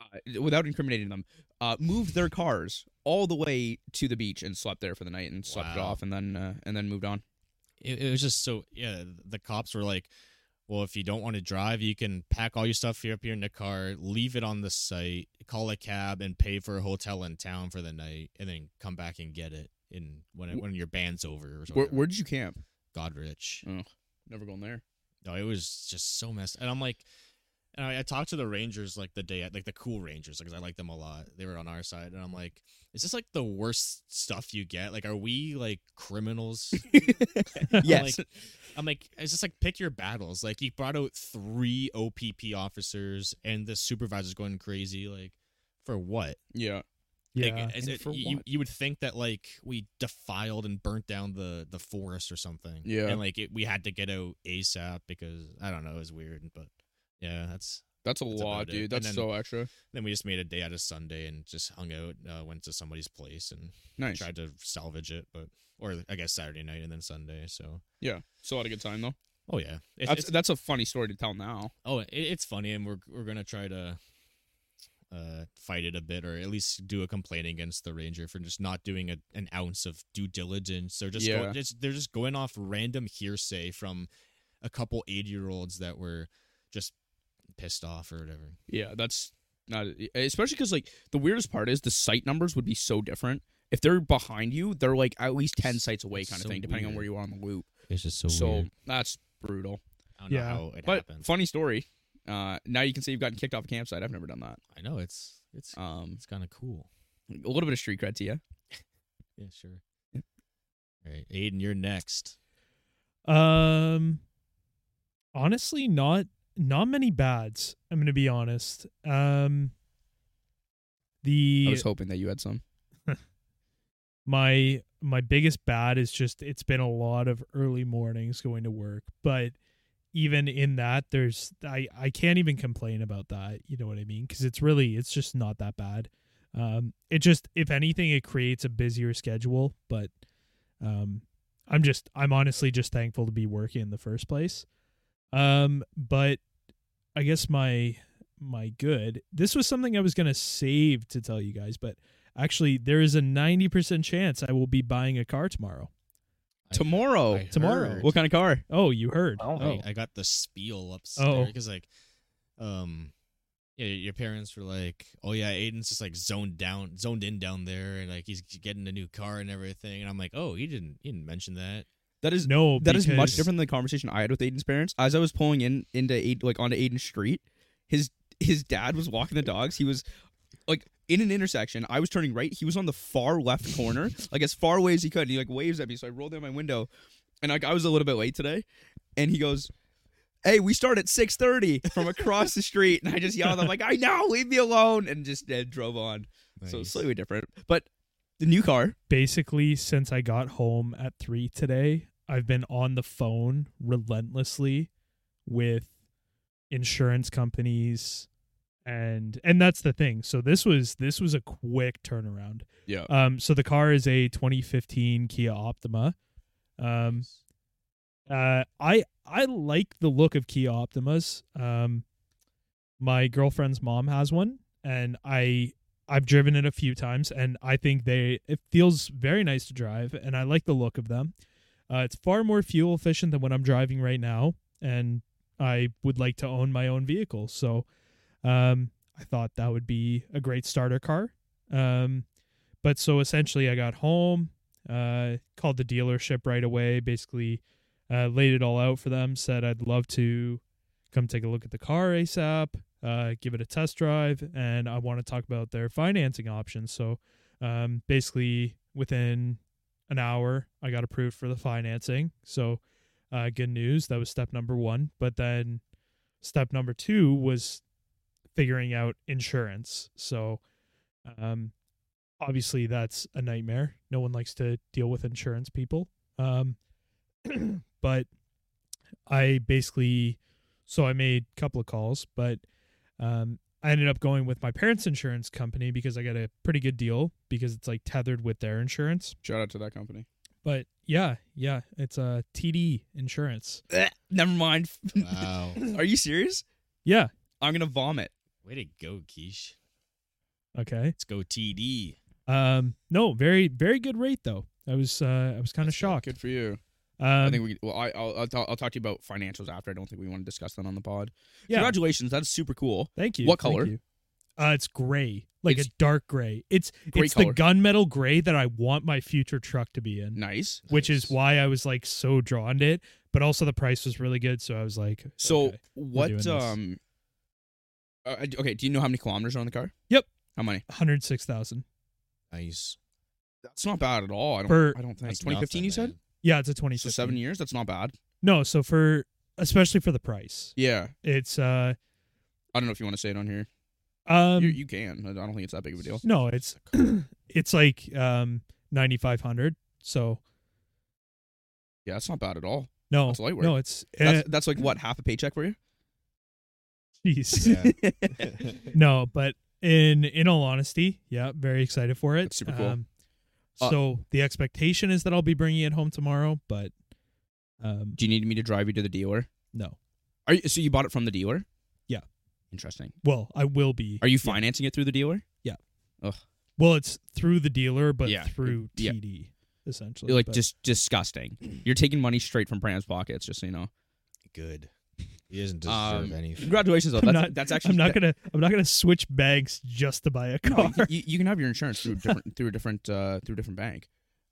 A: uh, without incriminating them, uh, moved their cars all the way to the beach and slept there for the night and slept it
C: Wow.
A: off and then uh, and then moved on.
C: it, it was just so yeah the cops were like well if you don't want to drive you can pack all your stuff here up here in the car leave it on the site call a cab and pay for a hotel in town for the night and then come back and get it in when it, when your band's over or
A: Where,
C: something
A: where did you camp?
C: godrich
A: Never going there.
C: no it was just so messed and i'm like and I, I talked to the rangers like the day like the cool rangers because i like them a lot they were on our side and i'm like is this like the worst stuff you get like are we like criminals
A: yes.
C: Like, I'm like, it's just like pick your battles. Like you brought out three OPP officers, and the supervisor's going crazy. Like for what?
A: yeah.
B: Yeah.
C: Like, is
A: And
C: it-
A: for
C: you,
A: what?
C: you would think that like we defiled and burnt down the the forest or something.
A: Yeah.
C: and like it, we had to get out ASAP because I don't know, it was weird. But yeah, that's
A: That's a
C: That's
A: lot,
C: about it.
A: dude.
C: And
A: That's
C: then-
A: so extra.
C: then we just made a day out of Sunday and just hung out. Uh, went to somebody's place and
A: Nice.
C: tried to salvage it, but or I guess Saturday night and then Sunday. So
A: Yeah. Still had a good time though.
C: oh yeah, It's-
A: That's
C: it's-
A: that's a funny story to tell now.
C: Oh, it, it's funny, and we're we're gonna try to uh, fight it a bit, or at least do a complaint against the ranger for just not doing a, an ounce of due diligence. They're just,
A: Yeah.
C: go, just they're just going off random hearsay from a couple eighty year olds that were just pissed off or whatever.
A: Yeah, that's not especially because like the weirdest part is the site numbers would be so different. If they're behind you, they're like at least ten sites away,
C: It's
A: kind
C: so
A: of thing, depending on
C: weird.
A: where you are on the loop.
C: It's just
A: so that's brutal.
C: I don't know
B: Yeah.
C: how it
A: But
C: happened.
A: funny story. Uh, now you can say you've gotten kicked off a campsite. I've never done that.
C: I know it's it's
A: Um,
C: it's kind of cool.
A: a little bit of street cred to you.
C: Yeah, sure. All right, Aiden, you're next.
B: Um, honestly, not not many bads. I'm gonna be honest. Um, the
A: I was hoping that you had some.
B: my my biggest bad is just it's been a lot of early mornings going to work but even in that there's i i can't even complain about that you know what i mean because it's really it's just not that bad um it just if anything it creates a busier schedule but um i'm just i'm honestly just thankful to be working in the first place um but i guess my my good this was something i was gonna save to tell you guys but actually there is a 90% chance i will be buying a car tomorrow
C: I-
A: Tomorrow.
C: I
B: Tomorrow.
C: heard.
A: What kind of car?
B: oh you heard
D: Oh.
B: oh,
C: I, I got the spiel
B: Oh.
C: upstairs because like, um, yeah, your parents were like, "Oh yeah, Aiden's just like zoned down, zoned in down there, and like he's getting a new car and everything." And I'm like, "Oh, he didn't, he didn't mention that."
A: That is
B: no
A: that is much
B: because-
A: different than the conversation I had with Aiden's parents. As I was pulling in into Aiden, like onto Aiden's street, his his dad was walking the dogs. He was like in an intersection. I was turning right. He was on the far left corner, like as far away as he could. And he like waves at me. So I rolled down my window, and like I was a little bit late today. And he goes, "Hey, we start at six thirty from across the street." And I just yelled, "I'm like, I know, leave me alone!" And just uh, drove on. So
C: Nice.
A: slightly different, but the new car.
B: basically since i got home at 3 today i've been on the phone relentlessly with insurance companies and and that's the thing so this was this was a quick turnaround
A: Yeah.
B: um so the car is a 2015 kia optima um Uh, I I like the look of Kia Optimas. Um, my girlfriend's mom has one, and I I've driven it a few times, and I think they it feels very nice to drive, and I like the look of them. Uh, it's far more fuel efficient than what I'm driving right now, and I would like to own my own vehicle, so um, I thought that would be a great starter car. Um, but so essentially, I got home, uh, called the dealership right away, basically uh, laid it all out for them. Said I'd love to come take a look at the car ASAP, uh, give it a test drive, and I want to talk about their financing options. So um, basically, within an hour, I got approved for the financing. So uh, good news. That was step number one. But then step number two was figuring out insurance. So um, obviously, that's a nightmare. No one likes to deal with insurance people. Um, but I basically so I made a couple of calls, but um, I ended up going with my parents' insurance company because I got a pretty good deal because it's like tethered with their insurance.
A: Shout out to that company.
B: But yeah, yeah, it's a uh, TD insurance.
A: Never mind.
C: Wow,
A: Are you serious?
B: Yeah.
A: I'm gonna vomit.
C: way to go, Keish.
B: Okay.
C: Let's go TD.
B: Um. No. Very very good rate though. I was uh, I was kind of
C: That's
B: shocked.
A: Good for you.
B: Um,
A: I think we. Well, I, I'll I'll, talk, I'll talk to you about financials after. I don't think we want to discuss that on the pod.
B: yeah.
A: Congratulations, that's super cool.
B: Thank you.
A: What
B: thank
A: color?
B: you. Uh, it's gray, like
A: It's-
B: a dark gray. It's
A: Great
B: it's
A: color.
B: the gunmetal gray that I want my future truck to be in.
A: Nice.
B: which is
C: Nice.
B: why I was like so drawn to it. But also the price was really good, so I was like,
A: So
B: okay. doing
A: what?
B: this.
A: Um. Uh, I- okay. Do you know how many kilometers are on the car?
B: Yep.
A: How many?
B: hundred six thousand.
C: Nice.
A: That's not bad at all. I don't.
B: For-
A: I don't think.
C: That's
A: 2015. You
C: nothing,
A: said
C: man.
B: Yeah, it's a twenty.
A: so seven years. That's not bad.
B: No, so for especially for the price,
A: Yeah.
B: it's uh
A: I don't know if you want to say it on here.
B: um
A: you, you can. I don't think it's that big of a deal.
B: no, it's it's like um ninety five hundred. So
A: Yeah, that's not bad at all.
B: no,
A: That's light work.
B: no, it's uh,
A: That's, that's like what half a paycheck for you.
B: eh, jeez.
C: Yeah.
B: no, but in in all honesty, yeah, very excited for it.
A: That's super cool.
B: Um,
A: Uh,
B: so the expectation is that I'll be bringing it home tomorrow, but um
A: Do you need me to drive you to the dealer?
B: no.
A: Are you, so you bought it from the dealer?
B: Yeah.
A: Interesting.
B: Well, I will be.
A: Are you financing it through the dealer?
B: Well, it's through the dealer, but
A: Yeah,
B: through
A: yeah.
B: TD essentially.
A: like
B: but-
A: just disgusting. You're taking money straight from Brand's pockets, just so you know.
C: Good. He doesn't deserve
A: Um,
C: anything.
A: Congratulations, though.
B: I'm
A: That's,
B: not-
A: that's actually
B: I'm not gonna. I'm not gonna switch banks just to buy a
A: No,
B: car.
A: you, you- you can have your insurance through different through a different uh, through a different bank,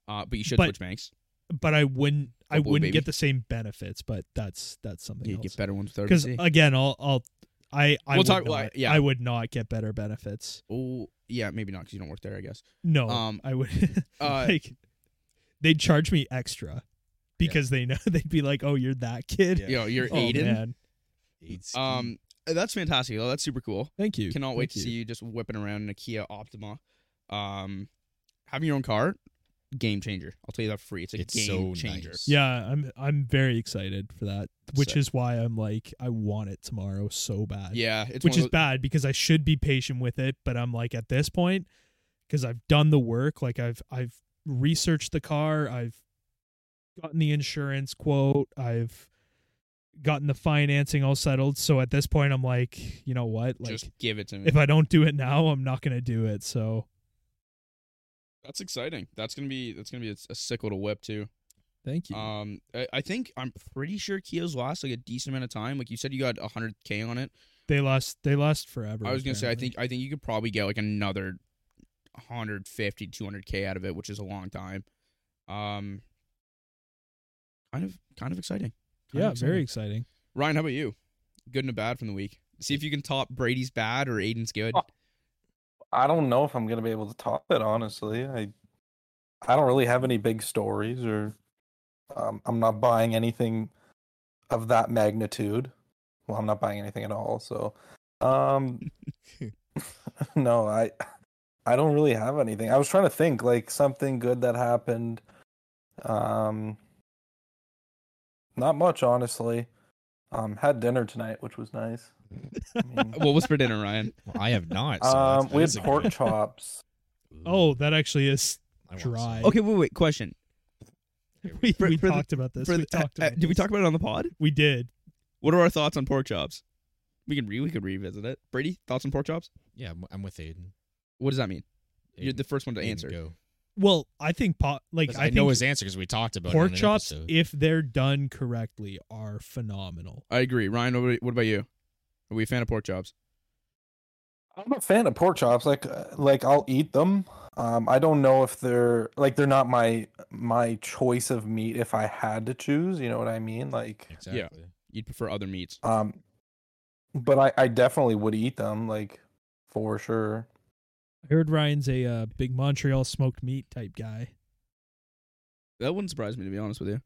A: uh, but you should
B: But-
A: switch banks.
B: but I wouldn't. I
A: Oh, boy,
B: wouldn't
A: baby.
B: get the same benefits. But that's that's something
A: You
B: else.
A: get better ones with
B: Because
A: RBC.
B: again, I'll. I'll I, I,
A: We'll
B: would
A: talk-
B: not,
A: well, yeah.
B: I would not get better benefits.
A: oh yeah, maybe not because you don't work there, I guess.
B: No,
A: Um,
B: I would
A: uh,
B: like they'd charge me extra. because they know they'd be like, "Oh, you're that kid."
C: Yeah.
A: Yo, you're
B: Oh
A: Aiden.
B: man,
C: It's-
A: Um, that's fantastic. though. That's super cool.
B: thank you.
A: Cannot wait
B: Thank
A: to see you just whipping around in a Kia Optima. Um, having your own car, game changer. I'll tell you that for free. It's a
C: It's
A: game
C: so
A: changer.
C: nice.
B: Yeah, I'm I'm very excited for that, which
A: Sick.
B: is why I'm like I want it tomorrow so bad.
A: Yeah, it's
B: which
A: one
B: is
A: of
B: bad because I should be patient with it, but I'm like at this point because I've done the work, like I've I've researched the car, I've gotten the insurance quote, I've gotten the financing all settled. So at this point I'm like, you know what?
A: those-
B: Like
A: just give it to me.
B: if I don't do it now, I'm not going to do it. So
A: that's exciting. That's gonna be that's gonna be a, a sick little whip too.
B: thank
A: Um, I, I think I'm pretty sure Kia's lost like a decent amount of time. Like you said, you got 100k on it.
B: they last they last forever.
A: I was gonna say I
B: apparently.
A: think I think you could probably get like another 150 200k out of it, which is a long time. Um, kind of kind of exciting. Kind
B: yeah,
A: of exciting.
B: very exciting.
A: Ryan, how about you? Good and a bad from the week. See if you can top Brady's bad or Aiden's good.
D: Oh. I don't know if I'm gonna be able to top it. Honestly, I I don't really have any big stories, or um, I'm not buying anything of that magnitude. Well, I'm not buying anything at all. So, um, no, I I don't really have anything. I was trying to think like something good that happened. Um, not much, honestly. Um, had dinner tonight, which was nice. I mean,
A: what was for dinner, Ryan?
C: Well, I have not. So that's-
D: um,
C: that
D: we had
C: is a
D: pork
C: good-
D: chops.
C: Ooh,
B: Oh, that actually is.
C: I want
B: dry.
C: some.
A: Okay, wait, wait. Question.
B: We,
A: For-
B: we
A: for the-
B: talked about this.
A: For
B: we
A: the- uh,
B: talked.
A: uh,
B: About
A: did we
B: this.
A: talk about it on the pod?
B: We did.
A: What are our thoughts on pork chops? We can re we could revisit it. Brady, thoughts on pork chops?
C: Yeah, I'm, I'm with Aiden.
A: What does that mean? You're
C: Aiden-
A: the first one to
C: Aiden,
A: answer.
C: go.
B: Well, I think pot like
C: 'Cause
B: I,
C: I, know
B: think
C: his answer because we talked about it
B: pork
C: on an
B: chops,
C: episode.
B: if they're done correctly, are phenomenal.
A: I agree. Ryan, what about- what about you? Are we a fan of pork chops?
D: I'm a fan of pork chops. Like, uh, like I'll eat them. Um, I don't know if they're like they're not my my choice of meat if I had to choose. You know what I mean? Like,
C: Exactly.
A: You'd prefer other meats.
D: um, but I I definitely would eat them like for sure.
B: I heard Ryan's a uh, big Montreal smoked meat type guy.
A: That wouldn't surprise me to be honest with you.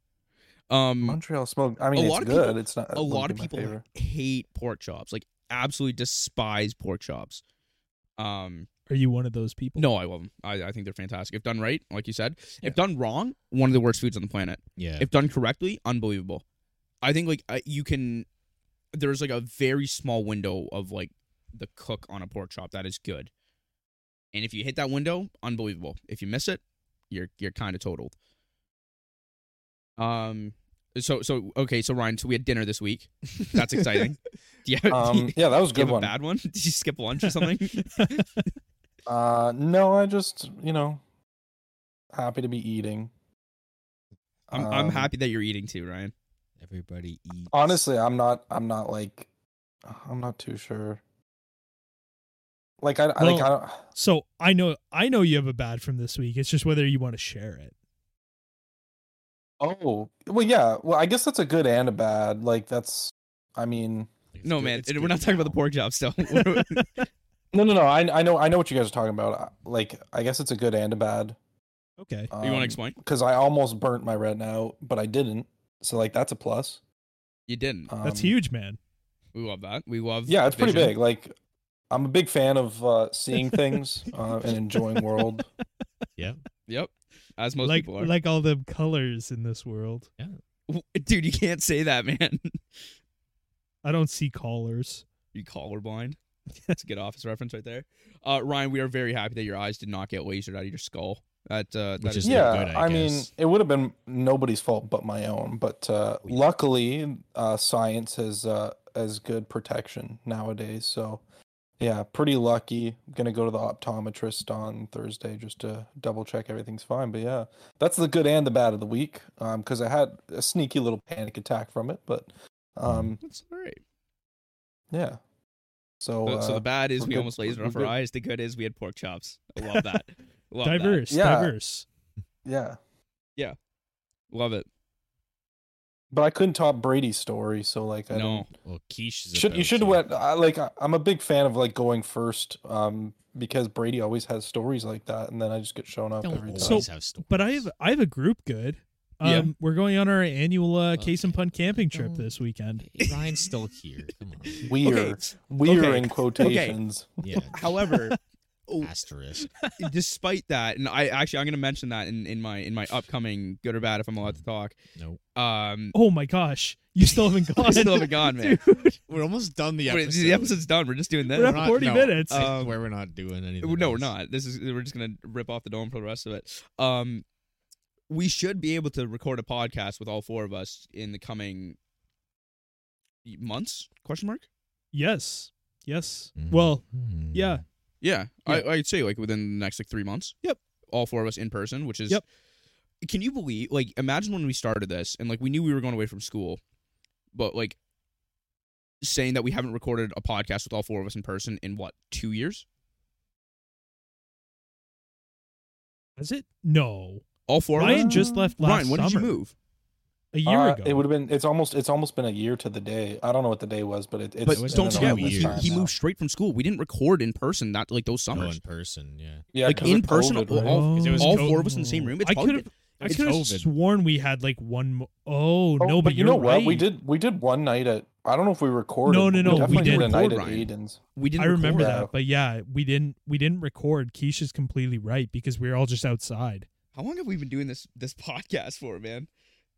A: Um,
D: Montreal smoked. I mean,
A: A
D: it's
A: lot of people-
D: good. it's not
A: a
D: wouldn't
A: lot of
D: uh, be my
A: people
D: favorite.
A: hate pork chops. Like absolutely despise pork chops. Um,
B: Are you one of those people?
A: no, I love them. I, I think they're fantastic. If done right, like you said, if done wrong, one of the worst foods on the planet.
C: Yeah.
A: if done correctly, unbelievable. I think like I- you can. There's like a very small window of like the cook on a pork chop that is good, and if you hit that window, unbelievable. If you miss it, you're you're kind of totaled. Um. So so okay. So Ryan, so we had dinner this week. That's exciting. Yeah.
D: Um, yeah, that was a
A: Give
D: good
A: a
D: one.
A: bad one. Did you skip lunch or something?
D: Uh, no, I just you know happy to be eating.
A: I'm I'm
D: Um,
A: happy that you're eating too, Ryan.
C: Everybody eats.
A: Uh,
D: Honestly, I'm not. I'm not like. I'm not too sure. Like I, I like I
B: Well-
D: don't.
B: So I know I know you have a bad from this week. It's just whether you want to share it.
D: Oh well, yeah. Well, I guess that's a good and a bad. Like that's. I mean,
C: It's
A: No
C: good-
A: man,
C: it's
A: we're
C: good
A: not talking about the
C: now.
A: pork chop still. We're-
D: no, no, no. I I know I know what you guys are talking about. I- Like I guess it's a good and a bad.
B: Okay.
A: you
D: Um,
A: want to explain?
D: Because I almost burnt my retina out, but I didn't. So like that's a plus.
A: You didn't.
D: Um,
B: That's huge, man.
A: We love that. We love.
D: Yeah, it's pretty
A: vision.
D: big. Like I'm a big fan of uh, seeing things uh, and enjoying world.
A: Yep. As most
B: Like
A: people are.
B: like all the colors in this world.
A: W- Dude, you can't say that, man.
B: I don't see colors.
A: you colorblind. That's a good office reference right there. Uh, Ryan, we are very happy that your eyes did not get lasered out of your skull. That uh, that
C: Which
A: is
C: is-
A: yeah.
C: no
D: yeah,
C: good, I
D: I, mean,
C: guess.
D: it would have been nobody's fault but my own. But uh,
C: yeah.
D: luckily, uh, science has uh, as good protection nowadays. So, yeah, pretty lucky. gonna go to the optometrist on Thursday just to double check everything's fine. But yeah, that's the good and the bad of the week. Um, because I had a sneaky little panic attack from it, but um,
A: That's all right.
D: yeah. So,
A: so, so
D: uh,
A: the bad is
D: we're
A: we
D: good-
A: almost lasered
D: we're
A: off our
D: good.
A: eyes. The good is we had pork chops. I love that. Love that.
B: diverse,
D: Yeah.
B: diverse.
D: yeah,
A: Love it.
D: but I couldn't top Brady's story. So like, I
A: no.
D: don't-
C: Well, quiche is
D: should you
C: about
D: should
C: to-
D: went I, like I- I'm a big fan of like going first um because Brady always has stories like that and then I just get shown up
C: Don't
D: every time.
C: always have stories.
B: But I have I have a group good. Um,
A: Yeah.
B: We're going on our annual uh, case and
C: Okay.
B: pun camping trip
C: Don't-
B: this weekend.
C: Ryan's still here. Come on.
D: We're we're
A: okay, okay.
D: in quotations.
C: Yeah.
A: However, oh,
C: Asterisk.
A: despite that, and I actually I'm going to mention that in, in my in my upcoming good or bad if I'm allowed to talk.
C: Nope.
A: Um,
B: Oh my gosh, you still haven't
A: I
B: gone.
A: still haven't gone, man.
B: Dude,
C: We're almost done the
A: Wait,
C: episode.
A: the episode's done. We're just doing this.
B: we're at
C: not-
B: 40
C: no. um,
B: minutes.
A: Uh,
C: where we're not doing anything.
A: no, we're
C: else.
A: not. This is we're just gonna rip off the dome for the rest of it. Um, we should be able to record a podcast with all four of us in the coming months? Question mark.
B: yes. Yes.
C: Mhm.
A: Mm.
B: Well,
C: Hmm.
B: yeah.
A: Yeah, I, I'd say like within the next like three months.
B: Yep.
A: all four of us in person, which is.
B: Yep.
A: Can you believe? Like, imagine when we started this, and like we knew we were going away from school, but like saying that we haven't recorded a podcast with all four of us in person in what two years?
B: Is it? No.
A: All four of us.
B: Ryan just left last
A: Mm. Ryan, when
B: summer.
A: did you move?
B: A year
D: Uh,
B: ago.
D: It would have been. It's almost. It's almost been a year to the day. I don't know what the day was, but it, it's.
A: But
D: been
A: don't
D: an
A: forget,
D: enormous
A: he,
D: time
A: he
D: now.
A: moved straight from school. We didn't record in person that like those
C: No,
A: summers.
C: in person. Yeah.
D: Yeah,
A: like,
D: 'cause
A: in
D: of
A: person,
B: oh,
D: COVID,
A: all-
D: right?
A: all-
C: It was
A: all
C: co-
A: four of us in the same room. It's
B: I
A: hard to-
B: could've- I
A: it's
B: could have
C: COVID.
B: sworn we had like one. Mo- oh,
D: Oh,
B: no, but,
D: but you know
B: you're
D: what? We
B: right.
D: did. We did one night at. I don't know if we recorded.
B: No, no,
D: but
B: no, we
D: definitely
B: did
D: a night
A: record,
D: at
A: Ryan.
D: Aiden's.
A: We didn't.
B: I remember
A: record.
D: that.
B: that, but yeah, we didn't we didn't record. Keisha's completely right because we were all just outside.
A: How long have we been doing this this podcast for, man?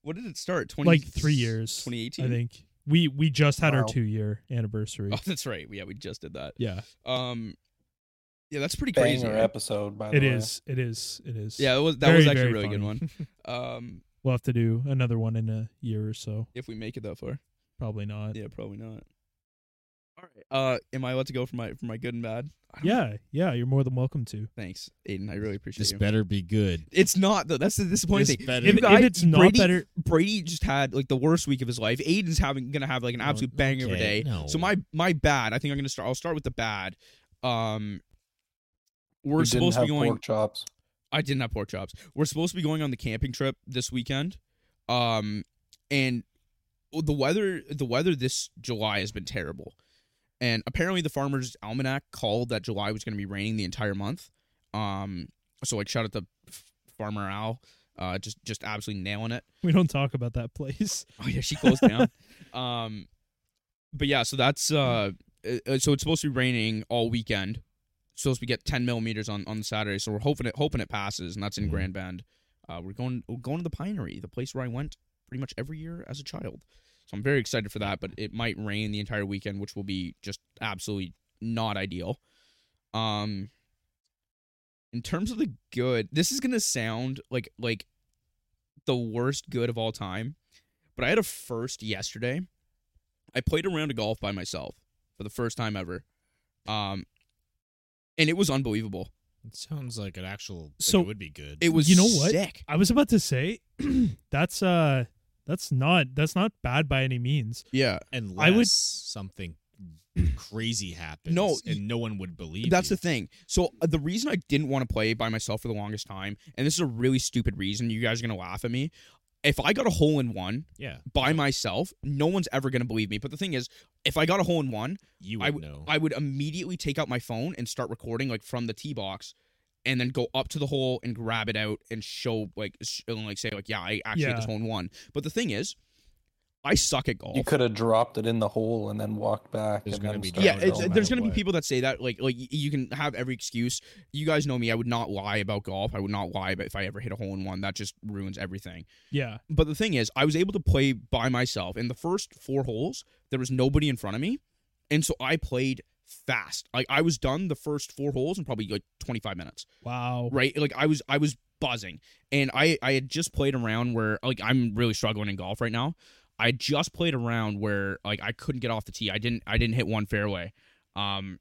A: What did it start? 20,
B: Like three years,
A: Twenty
B: I
A: eighteen.
B: think we we just had our
D: Wow.
B: two year anniversary.
A: Oh, that's right. Yeah, we just did that.
B: yeah,
A: Um, yeah, that's pretty
D: Banger
A: crazy. right?
D: episode. By the
B: it
D: way,
B: is, it is, it is.
A: Yeah, that was that
B: Very,
A: was actually a
B: very
A: really good
B: funny.
A: one. Um,
B: we'll have to do another one in a year or so.
A: if we make it that far,
B: Probably not. Yeah,
A: yeah, probably not. All right. Uh, am I allowed to go for my for my good and bad? I don't-
B: yeah, you're more than welcome to.
A: Thanks, Aiden. I really appreciate
C: This
A: you.
C: better be good.
A: it's not though. That's the disappointing
C: This
A: thing.
C: better
B: If,
C: be-
A: got- guys-
B: if it's not
A: Brady-
B: better,
A: Brady just had like the worst week of his life. Aiden's having gonna have
B: Oh,
A: like an
C: No,
A: absolute banger of a
C: okay,
A: day.
C: no.
A: So my my bad. I think I'm gonna start. I'll start with the bad. Um, we're
D: We didn't
A: supposed to be
D: have
A: going.
D: pork chops.
A: I didn't have pork chops. We're supposed to be going on the camping trip this weekend. Um, and the weather the weather this July has been terrible. And apparently the farmer's almanac called that July was going to be raining the entire month. Um, so like shout out to F- Farmer Al, uh, just just absolutely nailing it.
B: we don't talk about that place.
A: Oh yeah, she closed down. Um, but yeah, so that's uh, uh, so it's supposed to be raining all weekend. It's supposed to get ten millimeters on on Saturday, so we're hoping it hoping it passes, and that's in
C: Mhm.
A: Grand Bend. Uh, we're going we're going to the Pinery, the place where I went pretty much every year as a child. So I'm very excited for that, but it might rain the entire weekend, which will be just absolutely not ideal. Um, in terms of the good, this is gonna sound like like the worst good of all time but I had a first yesterday. I played a round of golf by myself for the first time ever. Um and it was unbelievable.
C: It sounds like an actual.
B: So-
C: So it would be good.
A: It was
B: You know what?
A: sick.
B: I was about to say that's uh that's not that's not bad by any means.
A: Yeah.
C: unless
B: I would-
C: something crazy happens.
A: No, y-
C: and no one would believe.
A: That's
C: you.
A: the thing. So uh, the reason I didn't want to play by myself for the longest time, and this is a really stupid reason, you guys are gonna laugh at me. If I got a hole in one
C: Yeah,
A: by myself, no one's ever gonna believe me. But the thing is, if I got a hole in one,
C: you would
A: I
C: know.
A: I would immediately take out my phone and start recording like from the tee box, and then go up to the hole and grab it out and show like sh- and, like say like yeah I actually hit this
B: Yeah.
A: hole in one. But the thing is, I suck at golf.
D: You could have dropped it in the hole and then walked back.
C: There's
D: and
C: gonna
D: then
C: be
D: started
A: yeah,
C: down
A: it's,
C: no
A: there's
C: matter
A: gonna be
C: what.
A: people that say that like like y- you can have every excuse. You guys know me. I would not lie about golf. I would not lie about if I ever hit a hole in one. That just ruins everything.
B: Yeah.
A: But the thing is, I was able to play by myself. In the first four holes, there was nobody in front of me. And so I played fast. Like I was done the first four holes in probably like 25 minutes.
B: Wow.
A: Right? Like I was I was buzzing. And I I had just played a round where like I'm really struggling in golf right now. I just played a round where like I couldn't get off the tee. I didn't I didn't hit one fairway. Um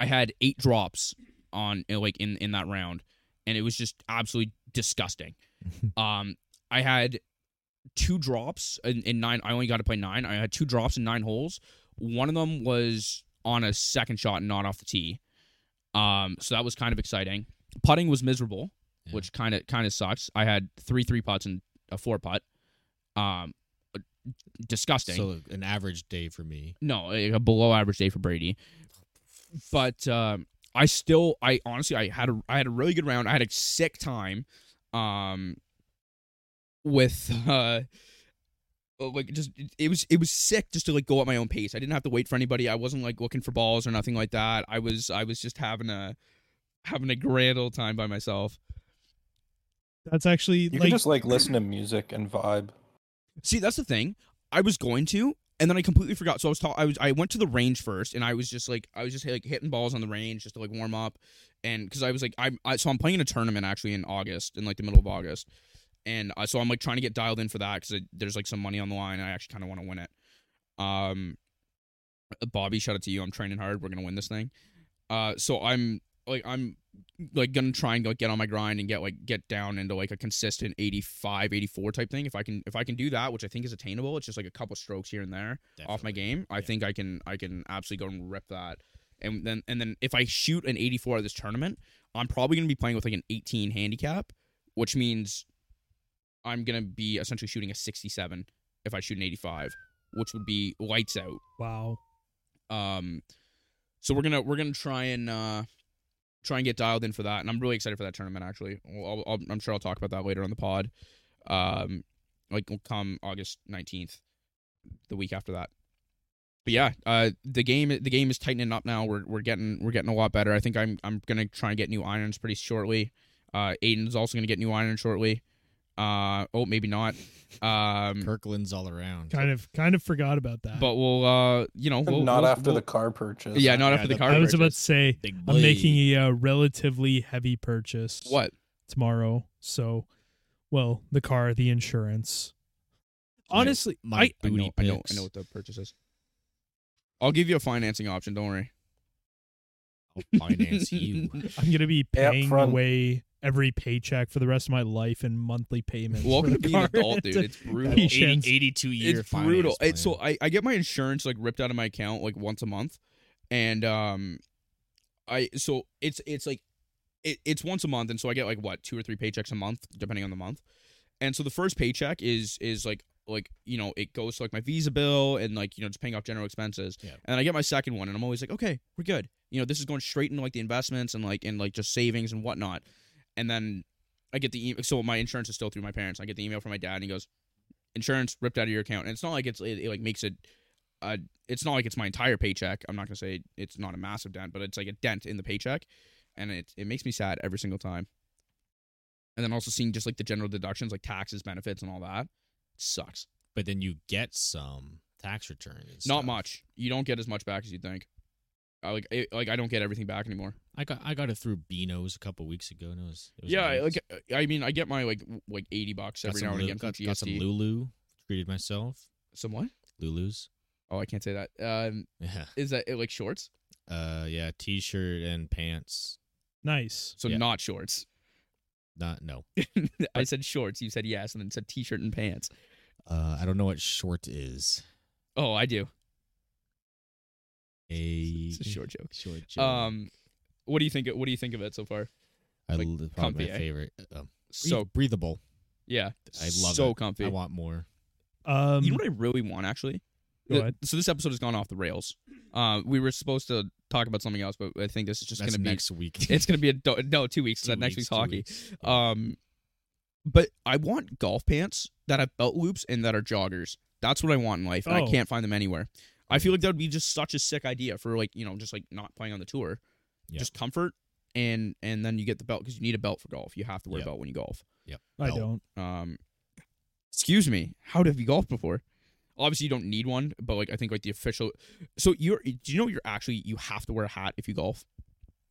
A: I had eight drops on like in in that round and it was just absolutely disgusting. um I had two drops in, in nine. I only got to play nine. I had two drops in nine holes. One of them was on a second shot, and not off the tee. Um, so that was kind of exciting. Putting was miserable,
C: Yeah.
A: which kind of kind of sucks. I had three three putts and a four putt. Um, disgusting.
C: So an average day for me.
A: No, a a below average day for Brady. But um, I still, I honestly, I had a, I had a really good round. I had a sick time. Um, with uh like just it was it was sick just to like go at my own pace. I didn't have to wait for anybody. I wasn't like looking for balls or nothing like that. I was I was just having a having a grand old time by myself.
B: That's actually
D: You
B: like
D: can just like listen to music and vibe.
A: See, that's the thing. I was going to, and then I completely forgot. So I was ta- I was I went to the range first, and I was just like I was just like hitting balls on the range just to like warm up, and because I was like I'm I, so I'm playing in a tournament actually in August in like the middle of August, and uh, so I'm like trying to get dialed in for that because there's like some money on the line. And I actually kind of want to win it. Um, Bobby, shout out to you. I'm training hard. We're gonna win this thing. Uh, so I'm like I'm like gonna try and like get on my grind and get like get down into like a consistent 85 84 type thing if i can if i can do that which i think is attainable it's just like a couple strokes here and there off my
C: Definitely.
A: game i
C: Yeah.
A: think i can i can absolutely go and rip that and then and then if i shoot an 84 at this tournament i'm probably gonna be playing with like an 18 handicap which means i'm gonna be essentially shooting a 67 if i shoot an 85 which would be lights out
B: wow.
A: um, so we're gonna we're gonna try and uh, try and get dialed in for that, and I'm really excited for that tournament. Actually, I'll, I'll, I'm sure I'll talk about that later on the pod. Um, like come August 19th, the week after that. But yeah, uh, the game the game is tightening up now. We're we're getting we're getting a lot better. I think I'm I'm gonna try and get new irons pretty shortly. Uh, Aiden's also gonna get new irons shortly. Uh, oh, maybe not. Um,
C: Kirkland's all around.
B: Kind of kind of forgot about that.
A: but we'll uh, you know, we'll,
D: not
A: we'll-
D: after the
A: we'll-
D: car purchase.
A: yeah, not
C: Yeah,
A: after the
C: that-
A: card.
B: I was about
A: purchase.
B: to say
C: Big
B: I'm making
C: blade.
B: a uh, relatively heavy purchase
A: what.
B: tomorrow. So, well, the car, the insurance.
C: My-
B: Honestly,
C: my
B: I-
A: I
C: booty
A: know, I know, I
C: pics.
A: know what the purchase is. I'll give you a financing option. Don't worry.
C: I'll finance you.
B: I'm gonna be
D: Yeah,
B: paying
D: front.
B: away every paycheck for the rest of my life in monthly payments. for
A: Welcome
B: the
A: to being an
B: car.
A: adult, dude. It's brutal.
B: He
A: It's
C: 80,
B: shins.
C: 82 year finance
A: brutal. It's so
C: plan.
A: I, I get my insurance like ripped out of my account like once a month, and um, I so it's it's like it, it's once a month, and so I get like what two or three paychecks a month depending on the month, and so the first paycheck is is like like you know it goes to like my visa bill and like you know just paying off general expenses
C: Yeah.
A: and i get my second one and i'm always like okay we're good you know this is going straight into like the investments and like and like just savings and whatnot and then i get the e- so my insurance is still through my parents i get the email from my dad and he goes insurance ripped out of your account and it's not like it's it, it like makes it uh it's not like it's my entire paycheck i'm not gonna say it's not a massive dent but it's like a dent in the paycheck and it, it makes me sad every single time and then also seeing just like the general deductions like taxes benefits and all that sucks
C: but then you get some tax return. and
A: not
C: stuff.
A: much you don't get as much back as you think I, like it, like i don't get everything back anymore
C: I got I got it through Beano's a couple weeks ago. And it was, it was
A: yeah I-
C: nice.
A: like uh, i mean i get my like w- like 80 bucks every
C: some
A: now and
C: Lu-
A: again from
C: got, got some
A: GST.
C: Lulu. Treated myself.
A: some what
C: Lulu's.
A: oh i can't say that um
C: Yeah.
A: is that like shorts
C: Uh, yeah. T-shirt and pants.
B: Nice.
A: so
C: Yeah.
A: not shorts
C: Not no.
A: I said shorts. You said yes, and then said t-shirt and pants.
C: Uh, I don't know what short is.
A: Oh, I do.
C: A
A: It's a short joke.
C: Short joke.
A: Um, what do you think? What do you think of it so far?
C: I
A: like,
C: l- probably
A: comfy,
C: my
A: eh?
C: favorite. Um,
A: So
C: breath- breathable.
A: yeah,
C: I love
A: so
C: it.
A: comfy.
C: I want more.
B: Um,
A: you know what I really want actually.
B: Go
A: The-
B: ahead.
A: So this episode has gone off the rails. Um, we were supposed to talk about something else, but I think this is just
C: That's
A: gonna be
C: next week.
A: it's gonna be a do- no two weeks.
C: Two
A: that next week's
C: two
A: hockey.
C: weeks.
A: Um, but I want golf pants that have belt loops and that are joggers. That's what I want in life, and I
B: Oh.
A: can't find them anywhere. I
C: Hmm.
A: feel like that would be just such a sick idea for like you know just like not playing on the tour,
C: Yeah.
A: just comfort and and then you get the belt because you need a belt for golf. You have to wear
C: Yeah.
A: a belt when you golf.
B: I
C: No.
B: don't.
A: Um, excuse me, how have you golfed before? Obviously, you don't need one, but like I think like the official. So you're do you know you're actually you have to wear a hat if you golf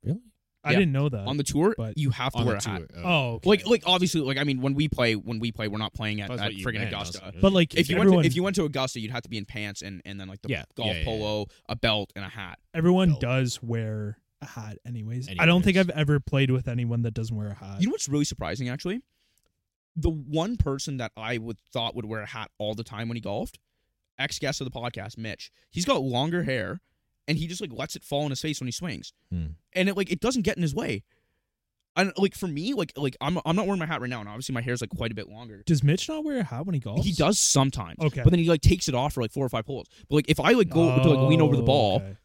C: Really?
B: I
A: Yeah.
B: didn't know that.
A: on the tour.
B: but-
A: you have to
C: Uh, On
A: wear
C: the
A: a hat.
C: tour. Oh.
B: oh, okay.
A: Like, like obviously, like I mean, when we play, when we play, we're not playing at,
C: That's
A: at
C: what you
A: friggin'
C: meant. I was
A: Augusta.
C: like,
B: but like
A: if you
B: everyone,
A: went to, if you went to Augusta, you'd have to be in pants and and then like the
C: Yeah.
A: golf
C: Yeah, yeah, yeah.
A: polo, a belt, and a hat.
B: everyone
C: Belt.
B: does wear a hat, anyways. I don't think I've
C: Anyways.
B: ever played with anyone that doesn't wear a
C: Uh,
B: hat.
A: You know what's really surprising, actually? The one person that I would thought would wear a hat all the time when he golfed, ex guest of the podcast, Mitch. He's got longer hair, and he just like lets it fall in his face when he swings,
C: Hmm.
A: and it like it doesn't get in his way. And like for me, like like I'm I'm not wearing my hat right now, and obviously my hair's like quite a bit longer.
B: does Mitch not wear a hat when he golfs?
A: He does sometimes,
B: Okay.
A: but then he like takes it off for like four or five holes. But like if I like go to like lean over the
B: Oh,
A: ball,
B: okay.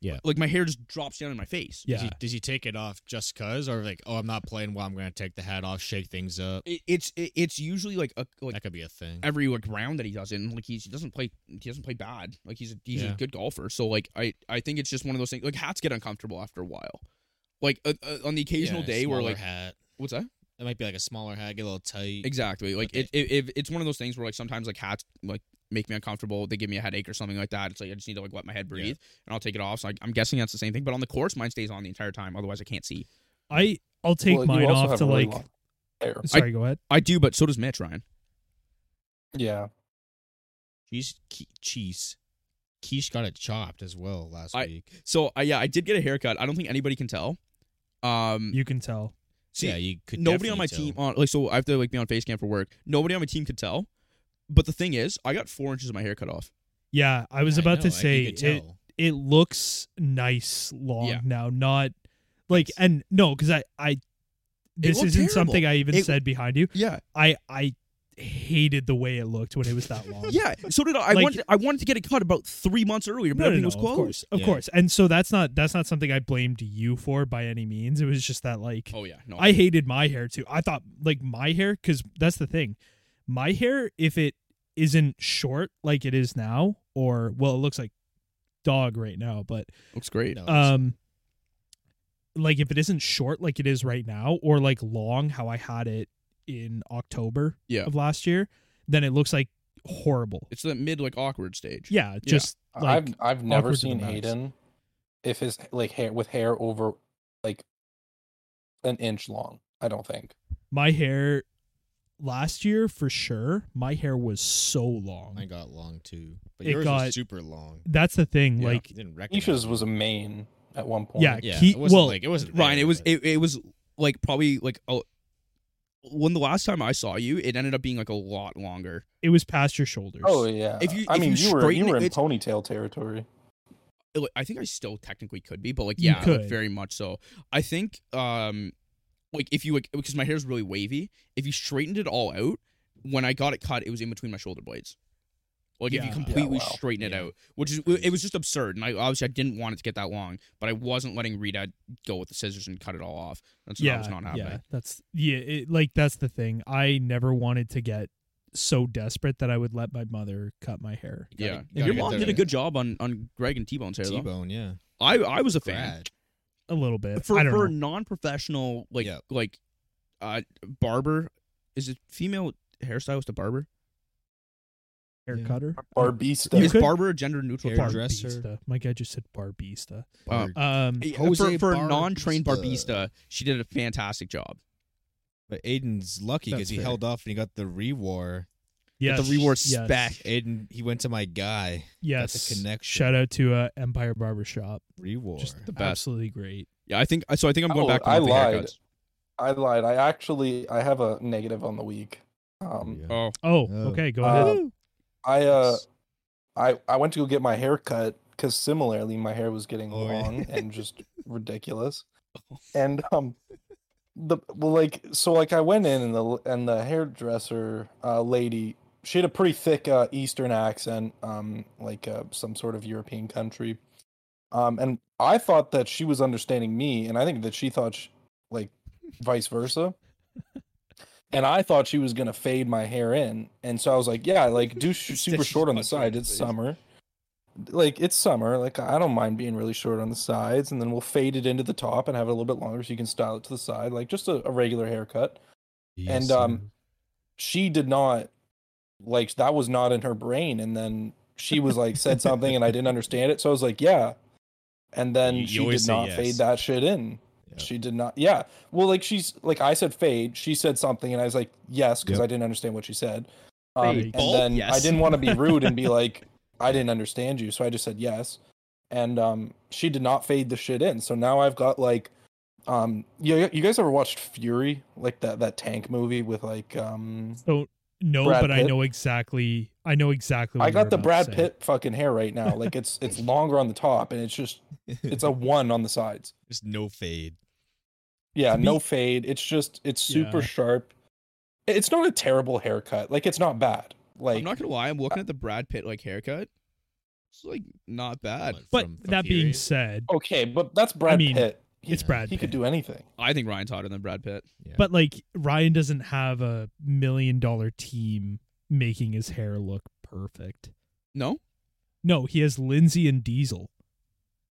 C: Yeah.
A: Like my hair just drops down in my face.
B: Yeah.
C: Does he, does he take it off just cause, or like, oh, I'm not playing well, I'm gonna take the hat off, shake things up?
A: It, it's it, it's usually like a like
C: That could be a thing.
A: every like round that he does in like he's, he doesn't play he doesn't play bad like he's a, he's a
C: Yeah.
A: good golfer so like I I think it's just one of those things like hats get uncomfortable after a while like uh, uh, on the occasional
C: Yeah,
A: day where
C: smaller
A: like
C: hat.
A: what's that
C: It might be like a smaller hat, get a little tight.
A: exactly like
C: Okay.
A: it, it, it it's one of those things where like sometimes like hats like make me uncomfortable they give me a headache or something like that it's like I just need to like let my head breathe and I'll take it off so I, I'm guessing that's the same thing but on the course mine stays on the entire time otherwise I can't see
B: I I'll take
D: Well, you
B: mine
D: also
B: off
D: have
B: to
D: really
B: like.
D: long hair.
B: Sorry, go ahead.
A: I do but so does Mitch Ryan
D: Yeah.
C: Cheese, Ke- cheese. Keish got it chopped as well last
A: I-
C: week.
A: so I yeah I did get a haircut I don't think anybody can tell um
B: You can tell.
A: see,
C: yeah, you could.
A: nobody on my
C: definitely
A: team
C: tell.
A: on like so I have to like be on face cam for work. Nobody on my team could tell. But the thing is, I got four inches of my hair cut off.
B: Yeah, I was
C: Yeah,
B: about to
C: know, like, you
B: say
C: could
B: it.
C: tell.
B: It looks nice long
A: Yeah.
B: now, not like
C: Yes.
B: and no, because I I this
A: looked
B: isn't
A: terrible.
B: something I even
A: It-
B: said behind you.
A: Yeah,
B: I I hated the way it looked when it was that long.
A: yeah. So did I. I
B: Like-
A: wanted I wanted to get it cut about three months earlier, but
B: No, no,
A: everything
B: no,
A: was closed.
B: of course, of
C: Yeah.
B: course, and so that's not that's not something I blamed you for by any means. It was just that like
A: Oh yeah, no.
B: I hated my hair too. I thought like my hair because that's the thing, my hair if it isn't short like it is now, or well, it looks like dog right now, but
A: looks great.
C: No, it's-
B: um, like if it isn't short like it is right now, or like long how I had it in October
A: Yeah.
B: of last year, then it looks like horrible.
A: It's that mid like awkward stage.
B: Yeah, just like
D: I've I've never
B: awkward to the
D: seen
B: max.
D: Hayden if his like hair with hair over like an inch long. I don't think.
B: my hair last year for sure. My hair was so
C: mine
B: long.
C: got long too, but
B: It
C: yours
B: got-
C: was super long.
B: That's the thing.
A: Yeah.
B: Like
C: You didn't recognize.
D: Isha's
C: it.
D: was a main at one point.
B: Yeah.
C: Yeah,
B: Ke-
C: it wasn't
B: well,
C: like it wasn't
A: Ryan, it
C: there,
A: was
C: but-
A: it, it was like probably like a, when the last time I saw you, it ended up being like a lot longer.
B: it was past your shoulders.
D: Oh yeah.
A: If you-
D: I
A: if you
D: mean, you, were you
A: straighten it,
D: were in
A: it's-
D: ponytail territory.
A: It- I think I still technically could be, but like
B: You
A: yeah, like,
B: could.
A: very much so. I think um like if you like because my hair's really wavy, if you straightened it all out, when I got it cut, it was in between my shoulder blades. Like if you
B: Yeah.
A: completely
D: Yeah, wow.
A: straighten it
C: Yeah.
A: out, which is it was just absurd, and I obviously I didn't want it to get that long, but I wasn't letting Rita go with the scissors and cut it all off. That's what I was not happening.
B: Yeah, that's yeah, it, like that's the thing. I never wanted to get so desperate that I would let my mother cut my hair.
C: You
A: Yeah,
C: gotta- you gotta
A: your
C: get
A: mom
C: there.
A: did a good job on on Greg and T Bone's hair though.
C: T-bone. Yeah,
A: I I was a fan.
C: Grad.
B: A little bit.
A: for
B: I don't
A: for a
B: know.
A: non-professional like
C: Yeah.
A: like uh barber is it female hairstylist a barber
B: hair
C: yeah.
B: cutter.
D: Barbista.
B: You
A: is
B: could-
A: barber a gender neutral term?
C: Hair- Hairdresser.
B: Barbista. My guy just said barbista.
A: Uh,
C: Or-
B: Um,
A: Yeah,
C: Jose
A: for, for a
C: Barbista.
A: non-trained barbista she did a fantastic job
C: but Aiden's lucky because
B: That's
C: he
B: fair.
C: held off and he got the rewar.
B: yes,
A: the reward
B: yes,
A: spec.
C: Aiden, he went to my guy.
B: Yes.
C: That's a connection.
B: Shout out to uh, Empire Barber Shop.
C: Rewar.
B: Just the
A: best.
B: absolutely great.
A: yeah i think so i think i'm going
D: Oh,
A: back to
D: I
A: monthly
D: lied.
A: haircuts.
D: I lied. I actually I have a negative on the week. Um,
C: Yeah.
A: oh
B: Oh,
C: Oh.
B: okay. Go
D: Uh,
B: ahead.
D: I uh I I went to go get my hair cut because similarly my hair was getting
C: Oh, yeah.
D: long and just ridiculous, and um the well like so like I went in and the and the hairdresser uh, lady she had a pretty thick uh, Eastern accent um like uh, some sort of European country, um and I thought that she was understanding me and I think that she thought sh like vice versa and I thought she was gonna fade my hair in, and so I was like, "Yeah, like do sh- super
A: Stitches
D: short on the
A: punch her in
D: side.
A: the
D: It's
A: face.
D: summer, like it's summer. Like I don't mind being really short on the sides, and then we'll fade it into the top and have it a little bit longer, so you can style it to the side, like just a, a regular haircut." and um, she did not like that was not in her brain, and then she was like said something, and I didn't understand it, so I was like, "Yeah," and then
C: You- you
D: she
C: always
D: did
C: say
D: not fade
C: yes.
D: that shit in.
C: Yeah.
D: She did not. Yeah. Well, like she's like I said fade. She said something, and I was like yes because
C: Yep.
D: I didn't understand what she said. Um,
B: Fade.
D: and
A: Bald?
D: then I
A: Yes.
D: didn't want to be rude and be like I didn't understand you, so I just said yes. And um, she did not fade the shit in. So now I've got like, um, you, you guys ever watched Fury, like that that tank movie with like um.
B: So no,
D: Brad
B: but I
D: Pitt.
B: know exactly. I know exactly. What
D: I
B: you were
D: got the
B: about to
D: Brad
B: say.
D: Pitt fucking hair right now. Like it's it's longer on the top and it's just it's a one on the sides.
C: just no fade.
D: Yeah,
B: To be-
D: no fade. It's just it's super
B: Yeah.
D: sharp. It's not a terrible haircut. Like it's not bad. Like
A: i'm not gonna lie i'm looking at the brad pitt like haircut It's like not bad.
C: One
B: But
C: from- from
B: that being
C: Fury.
B: said,
D: Okay, but that's Brad
B: mean,
D: Pitt. He-
B: it's Brad
D: He could
B: Pitt.
D: do anything.
A: I think Ryan's hotter than Brad Pitt.
C: Yeah.
B: but like Ryan doesn't have a million dollar team making his hair look perfect.
A: No,
B: No, he has Lindsay and Diesel.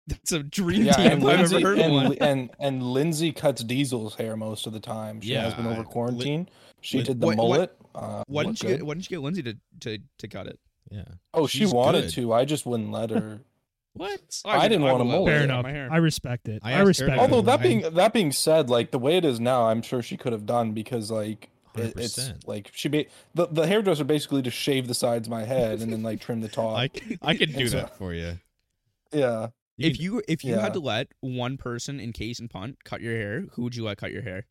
A: that's a dream
D: Yeah,
A: team.
D: and
A: if I've
D: Lindsay,
A: ever heard of one.
D: and, and and Lindsay cuts Diesel's hair most of the time. She has been
C: Yeah,
D: over
C: I-
D: quarantine. She
C: Lin-
D: did the
A: Wait, what-
D: mullet. Uh,
A: Why
D: looked
A: didn't you
D: good.
A: get Why didn't you get Lindsay to to, to cut it?
C: yeah.
D: Oh, she
C: She's
D: wanted
C: good.
D: to. I just wouldn't let her.
C: What?
D: I
A: would-
D: didn't want
A: would
D: a
A: let
D: mullet.
A: her
B: Fair
A: cut
B: enough.
A: My hair.
B: I respect it.
C: I
B: I,
C: asked her
B: respect it.
C: about Yeah,
D: Although that
C: I-
D: being that being said, like the way it is now, I'm sure she could have done because like it, it's
C: 100%.
D: like she ba- the the hairdresser basically just shaved the sides of my head and then like trimmed the top.
C: I, c- I could do
D: It's a-
C: that for you.
D: yeah,
C: You
A: if
C: can-
A: you if you
D: yeah.
A: had to let one person in case and punt cut your hair, who would you let cut your hair?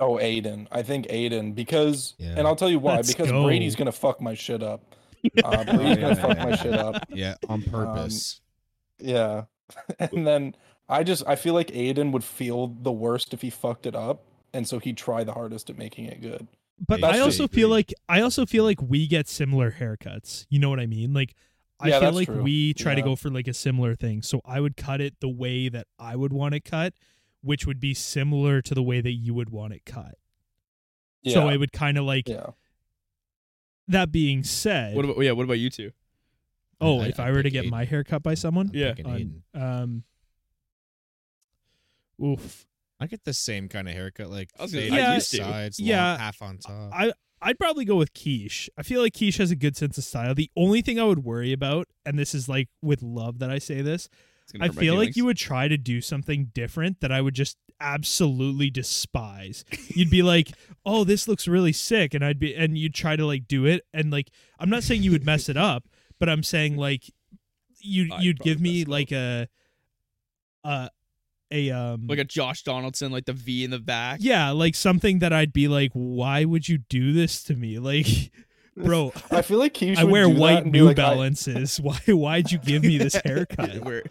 D: Oh, Aiden. I think Aiden because,
C: Yeah.
D: and I'll tell you why.
B: Let's
D: because
B: go.
D: Brady's gonna fuck my shit up. Uh, Brady's
C: yeah,
D: gonna
C: yeah,
D: fuck
C: yeah,
D: my
C: yeah.
D: shit up.
C: yeah,
B: um,
C: on purpose.
D: Yeah, and then I just I feel like Aiden would feel the worst if he fucked it up, and so he'd try the hardest at making it good.
B: but
C: That's
B: I also
C: true.
B: feel like I also feel like we get similar haircuts. You know what I mean? Like I
D: Yeah,
B: feel
D: that's
B: like
D: true.
B: we try to
D: Yeah.
B: go for like a similar thing. So I would cut it the way that I would want it cut, which would be similar to the way that you would want it cut.
D: Yeah,
B: So it would kind of like
D: yeah.
B: that being said,
A: What about yeah? What about you two?
B: oh,
C: I-
B: if
C: I
B: I, were to
C: pick
B: get
C: Aiden.
B: my hair cut by
C: I'm
B: someone,
A: Yeah.
C: picking Aiden.
B: on, um oof.
C: I get the same kind of haircut, like
A: I was gonna-
C: fade
B: I
C: on the
B: used
A: to.
C: sides,
B: Yeah.
C: long, half on top.
B: I I'd probably go with Quiche. I feel like Quiche has a good sense of style. The only thing I would worry about, and this is like with love that I say this,
A: It's gonna
B: I
A: hurt my
B: feel like
A: feelings.
B: you would try to do something different that I would just absolutely despise. You'd be like, "Oh, this looks really sick," and I'd be, and you'd try to like do it, and like I'm not saying you would mess it up, but I'm saying like you
A: I'd
B: you'd give
A: probably
B: me
A: mess it
B: like a a a um
A: like a Josh Donaldson, like the V in the back.
B: yeah, like something that I'd be like, why would you do this to me? Like, bro,
D: I feel like Keisha
B: I
D: would
B: wear
D: do that
B: white
D: and be
B: New
D: like, I-
B: Balances. Why? Why'd you give me this
A: Yeah,
B: haircut?
A: where-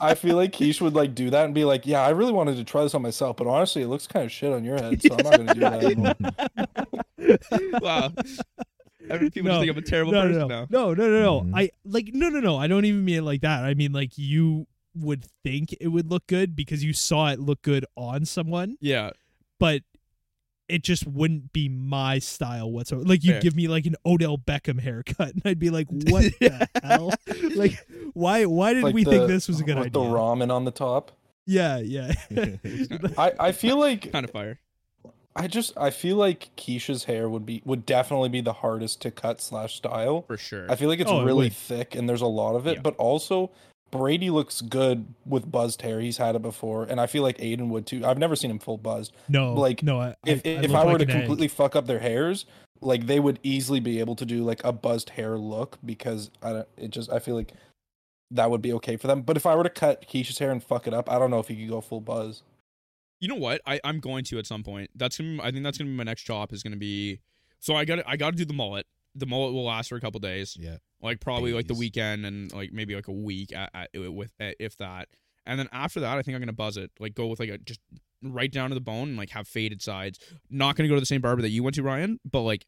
D: I, feel like Keish would like do that and be like, "Yeah, I really wanted to try this on myself, but honestly, it looks kind of shit on your head, so I'm not gonna do that." anymore."
A: wow. Every people
B: No,
A: just think I'm a terrible
B: no,
A: person
B: no,
A: now.
B: no, no, no, no.
C: Mhm.
B: I like no, no, no. I don't even mean it like that. I mean like you would think it would look good because you saw it look good on someone,
A: Yeah.
B: but it just wouldn't be my style whatsoever. Like you'd
A: Fair.
B: give me like an Odell Beckham haircut, and I'd be like, what the hell? Like, why? Why did
D: Like
B: we
D: the-
B: think this was a good
D: with
B: idea?
D: the ramen on the top.
B: Yeah, yeah.
D: I I feel like
A: Kind of fire.
D: I just I feel like Keisha's hair would be would definitely be the hardest to cut slash style.
A: For sure.
D: I feel like it's
B: Oh, it
D: really
B: would.
D: thick and there's a lot of it,
A: Yeah.
D: but also Brady looks good with buzzed hair. He's had it before, and I feel like Aiden would too. I've never seen him full buzzed.
B: No,
D: Like,
B: no. I,
D: If
B: I,
D: if
B: look
D: I were
B: like
D: to
B: an egg.
D: completely fuck up their hairs, like they would easily be able to do like a buzzed hair look because I don't. It just I feel like that would be okay for them. But if I were to cut Keisha's hair and fuck it up, I don't know if he could go full buzz.
A: you know what? I, I'm going to at some point. That's gonna be, I think that's gonna be my next job is gonna be so I gotta I gotta do the mullet. The mullet will last for a couple days.
C: yeah,
A: like probably like the
C: Days.
A: weekend and like maybe like a week at, at, with at, if that and then after that i think i'm gonna buzz it like go with like a just right down to the bone and like have faded sides not gonna go to the same barber that you went to ryan but like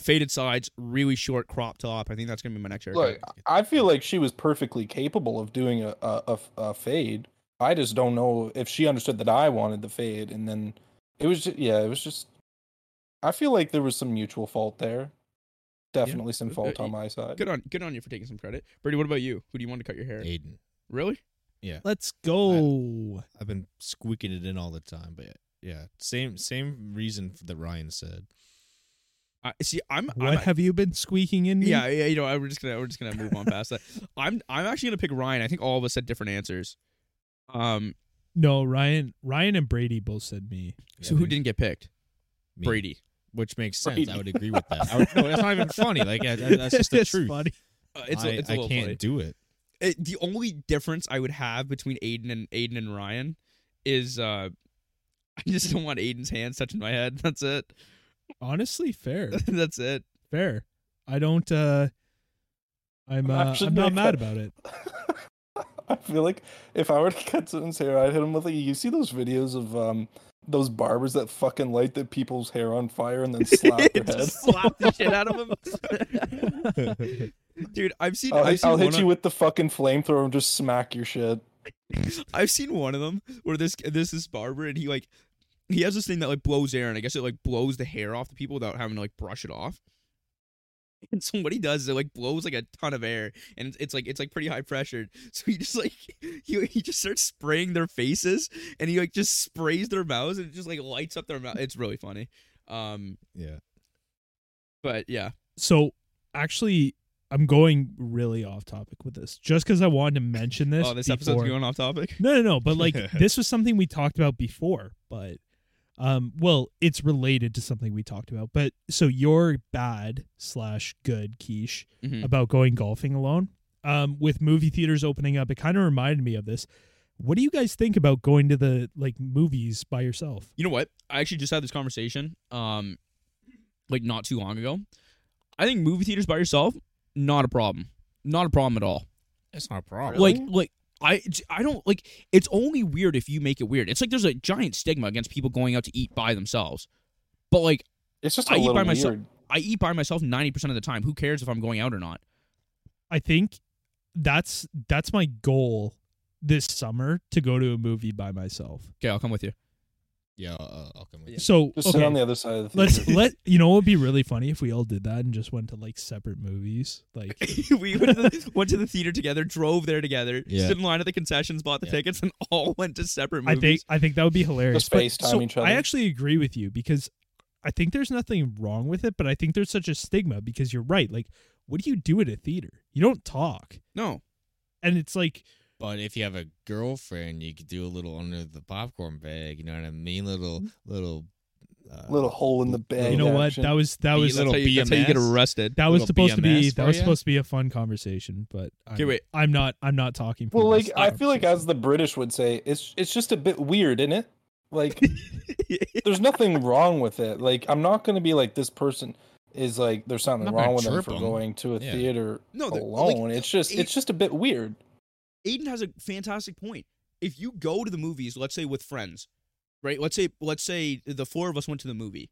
A: faded sides really short crop top i think that's gonna be my next haircut
D: Look, I feel like she was perfectly capable of doing a, a, a, a fade. I just don't know if she understood that I wanted the fade, and then it was just, yeah, it was just. I feel like there was some mutual fault there. Definitely some
A: Uh,
D: fault
A: y-
D: on my side.
A: good on good on you for taking some credit brady what about you who do you want to cut your hair
C: Aiden.
A: really
B: Let's go.
C: I've been squeaking it in all the time, but yeah, same same reason that Ryan said.
A: i see i'm
B: What
A: i'm
B: have you been squeaking in? me?
A: yeah, yeah, you know, I- we're just gonna we're just gonna move on past that. I'm I'm actually gonna pick Ryan. I think all of us had different answers. Um,
B: No, Ryan. Ryan and Brady both said me.
A: so who didn't get picked?
C: Me.
A: Brady.
C: Which makes sense.
D: Brady.
C: I would agree with that. I would, no, that's not even funny. Like I- I- that's just the
B: It's
C: truth.
B: funny.
A: Uh, it's a
C: I,
A: it's a
C: I
A: little
C: can't
A: funny.
C: do it.
A: It- the only difference I would have between Aiden and Aiden and Ryan is uh, I just don't want Aiden's hands touching my head. That's it.
B: Honestly, fair,
A: That's it.
B: fair. I don't. uh I'm.
D: I'm
B: Uh,
D: actually
B: I'm not
D: not-
B: mad about it.
D: I feel like if I were to cut someone's hair, I'd hit him with like you see those videos of um those barbers that fucking light the people's hair on fire and then slap their head.
A: Just slap the shit out of him. Dude, I've seen.
D: I'll,
A: I've
D: hit-
A: seen
D: I'll
A: one
D: hit
A: on-
D: you with the fucking flamethrower and just smack your shit.
A: I've seen one of them where this this is barber and he like he has this thing that like blows air and I guess it like blows the hair off the people without having to like brush it off. And so what he does is it like blows like a ton of air and it's, it's like it's like pretty high pressured. So he just like he, he just starts spraying their faces and he like just sprays their mouths and it just like lights up their mouth. It's really funny. Um
C: Yeah.
A: but yeah.
B: So actually, I'm going really off topic with this, just because I wanted to mention this.
A: oh, this
B: before.
A: episode's going off topic.
B: No, no, no. But like this was something we talked about before, but um, well, it's related to something we talked about. But so your bad slash good quiche
A: Mhm.
B: about going golfing alone. Um, with movie theaters opening up, it kind of reminded me of this. What do you guys think about going to the like movies by yourself?
A: You know what? I actually just had this conversation, um, like not too long ago. I think movie theaters by yourself, not a problem, not a problem at all.
C: It's not a problem.
A: Like, like I, I don't like. It's only weird if you make it weird. It's like there's a giant stigma against people going out to eat by themselves. But like,
D: It's just a
A: I eat
D: little
A: by
D: weird.
A: myself. I eat by myself ninety percent of the time. Who cares if I'm going out or not?
B: I think that's that's my goal this summer to go to a movie by myself.
A: Okay, I'll come with you.
C: yeah, uh, I'll come with you.
B: So
D: Just sit on
B: okay,
D: the other side of the
B: let's
D: theater.
B: let you know what would be really funny if we all did that and just went to like separate movies. Like
A: we went to, the, went to the theater together, drove there together,
C: Yeah.
A: stood in line at the concessions, bought the
C: Yeah.
A: tickets, and all went to separate
B: I
A: movies.
B: think I think that would be hilarious.
D: Just
B: But-
D: FaceTime
B: so
D: each other.
B: I actually agree with you because I think there's nothing wrong with it, but I think there's such a stigma because you're right. Like, what do you do at a theater? You don't talk,
A: no,
B: and it's like
C: But if you have a girlfriend, you could do a little under the popcorn bag. You know what I mean? Little,
B: Mm-hmm.
C: little, uh,
D: little hole in the bed.
B: you know what?
D: action.
B: That was that
C: Be
B: was
A: that's,
C: little
A: how you, that's how you get
C: BMS.
A: arrested.
B: that was
C: little
B: supposed to be
C: BMS
B: that
C: for
B: was
C: ya?
B: supposed to be a fun conversation, but I'm,
A: Okay, wait.
B: I'm not I'm not talking. For
D: Well,
B: this
D: like I feel like as
B: conversation.
D: the British would say, it's it's just a bit weird, isn't it? Like there's nothing wrong with it. Like I'm not gonna be like this person is like there's something
C: Not gonna
D: wrong with them
C: chirp
D: for
C: 'em.
D: going to a
C: Yeah.
D: theater
A: No, the- like,
D: alone. it's just
A: it-
D: it's just a bit weird.
A: Aiden has a fantastic point. If you go to the movies, let's say with friends, right? Let's say let's say the four of us went to the movie.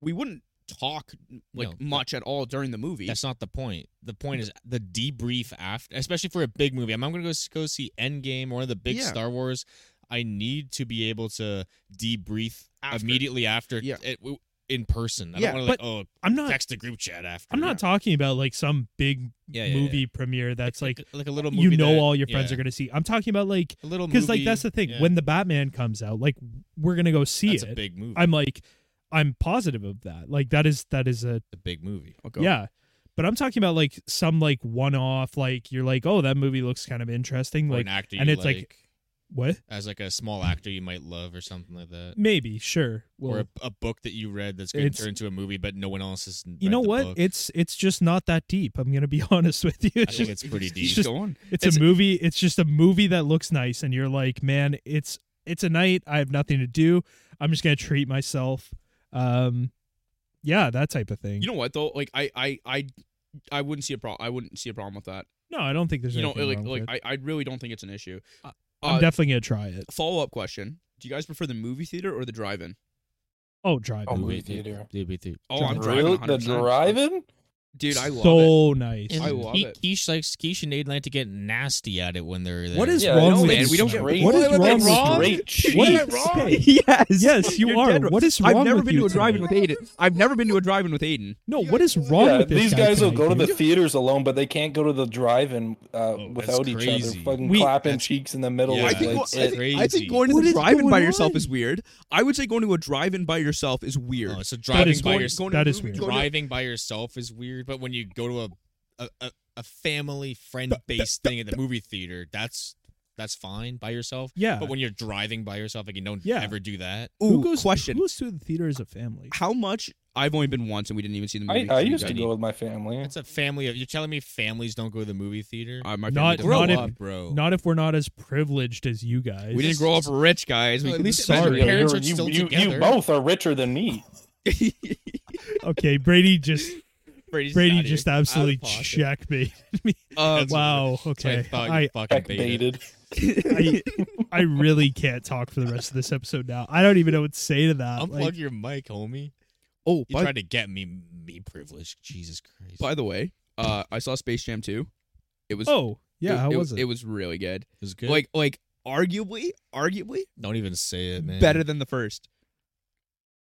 A: We wouldn't talk like
C: No, that-
A: much at all during the movie.
C: That's not the point. The point is the debrief after, especially for a big movie. I'm, I'm going to go s- go see Endgame, one of the big
A: Yeah.
C: Star Wars. I need to be able to debrief
A: After.
C: immediately after
A: Yeah.
C: it, w- in person. I
A: Yeah,
C: don't want
B: but
C: to like
B: I'm
C: oh
B: not
C: text the group chat after.
B: I'm not talking about like some big
C: Yeah, yeah, yeah.
B: movie premiere that's like
C: like a little movie
B: you know
C: that-
B: all your friends
C: yeah.
B: are gonna see. I'm talking about like
C: a little
B: because like
C: movie,
B: that's the thing
C: yeah.
B: when the Batman comes out, like we're gonna go see
C: that's
B: it.
C: a big movie.
B: I'm like, I'm positive of that. Like that is that is a
C: a big movie.
A: I'll go.
B: yeah. But I'm talking about like some like one off. Like you're like, oh, that movie looks kind of interesting.
C: Or
B: Like
C: an actor,
B: and
C: you
B: it's like- what?
C: as like a small actor you might love or something like that.
B: Maybe sure.
C: or
B: Well,
C: a, a book that you read that's going to
B: It's-
C: turn into a movie, but no one else has.
B: you
C: read
B: know
C: the
B: what?
C: book.
B: It's it's just not that deep. I'm gonna be honest with you.
C: I
B: It's
C: think
B: just,
C: it's pretty
A: He's
C: deep.
B: just-
A: going.
B: it's,
C: it's-
B: a movie. It's just a movie that looks nice, and you're like, man, it's it's a night. I have nothing to do. I'm just gonna treat myself. Um, yeah, that type of thing.
A: You know what though? Like I I I I wouldn't see a problem. I wouldn't see a problem with that.
B: no, I don't think there's
A: you know,
B: anything
A: like
B: wrong with
A: like
B: it.
A: I, I really don't think it's an issue.
B: I'm
A: uh,
B: definitely gonna try it.
A: Follow up question: Do you guys prefer the movie theater or the drive-in?
B: Oh, drive.
D: Oh,
B: it.
D: movie theater.
A: Oh, I'm
B: Drive-in.
A: driving.
D: Really, the
A: 100%.
D: driving?
A: dude. I love it.
B: so nice.
A: I love it.
C: Keish likes Keish and Aiden like to get nasty at it when they're there. Oh,
B: What is
D: Yeah,
B: wrong
D: no,
B: with
D: man,
B: you?
D: we don't
A: get-
B: what is
A: Why would
B: wrong
A: they
B: with
A: wrong?
B: you?
D: Great cheese.
B: What
A: Am I
B: is
A: wrong?
B: wrong?
A: Yes,
B: Yes, you
A: You're
B: are.
A: dead right.
B: What is wrong
A: I've never
B: with
A: been
B: you
A: to a
B: today?
A: drive-in with Aiden. I've never been to a drive-in with Aiden.
B: No, what is wrong
D: Yeah,
B: with this
D: these
B: guy
D: guys will
B: tonight,
D: go to the
B: dude?
D: theaters alone, but they can't go to the drive-in uh,
C: that's
D: without each
C: crazy.
D: other. Fucking
B: We-
D: clapping cheeks in the middle.
C: Yeah,
A: I
D: is,
A: think,
D: like,
A: well, I,
D: it.
A: think, I
C: Crazy.
A: think going to
B: What
A: the
B: is
A: drive-in by
B: going
A: yourself
B: on?
A: is weird. I would say going to a drive-in by yourself is weird.
C: Oh, so
B: That
C: driving
B: is
C: by
B: weird.
C: yourself,
B: That is weird.
A: Go to-
C: driving by yourself is weird, but when you go to a a, a, a family friend based thing at the movie theater, that's that's fine by yourself.
B: Yeah.
C: But when you're driving by yourself, like you don't
B: Yeah.
C: ever do that.
B: Who
A: Ooh,
B: goes?
A: question.
B: Who goes to the theater as a family?
A: How much? I've only been once, and we didn't even see the movie.
D: I, I
A: You
D: used to
A: guys-
D: go with my family.
C: That's a family of. You're telling me families don't go to the movie theater?
A: Uh, my
B: Not-
A: family
C: grow
A: doesn't.
B: not
C: up, bro.
B: Not if we're not as privileged as you guys.
A: Oh. we didn't grow up rich, guys. We
C: Well, at
A: couldn't-
C: least it
B: sorry.
C: meant your parents
D: You're-
C: are still
D: you, you,
C: together.
D: you both are richer than me.
B: Okay, Brady just
A: Brady's
B: Brady
A: outta here.
B: just
A: Out of
B: absolutely
A: pocket.
B: checkmate me.
A: Uh,
C: That's
B: Wow.
C: So I
B: Okay.
C: thought you
B: I,
C: fucking
D: Back
C: baited.
D: dated.
B: I I really can't talk for the rest of this episode now. I don't even know what to say to that.
C: Unplug
B: Like,
C: your mic, homie.
A: oh,
C: You
A: by,
C: tried to get me me privilege. Jesus Christ.
A: by the way, Uh, I saw Space Jam 2. It was
B: Oh, yeah. how was it?
A: It was really good.
C: Is good.
A: Like like arguably, arguably
C: don't even say it, man.
A: better than the first.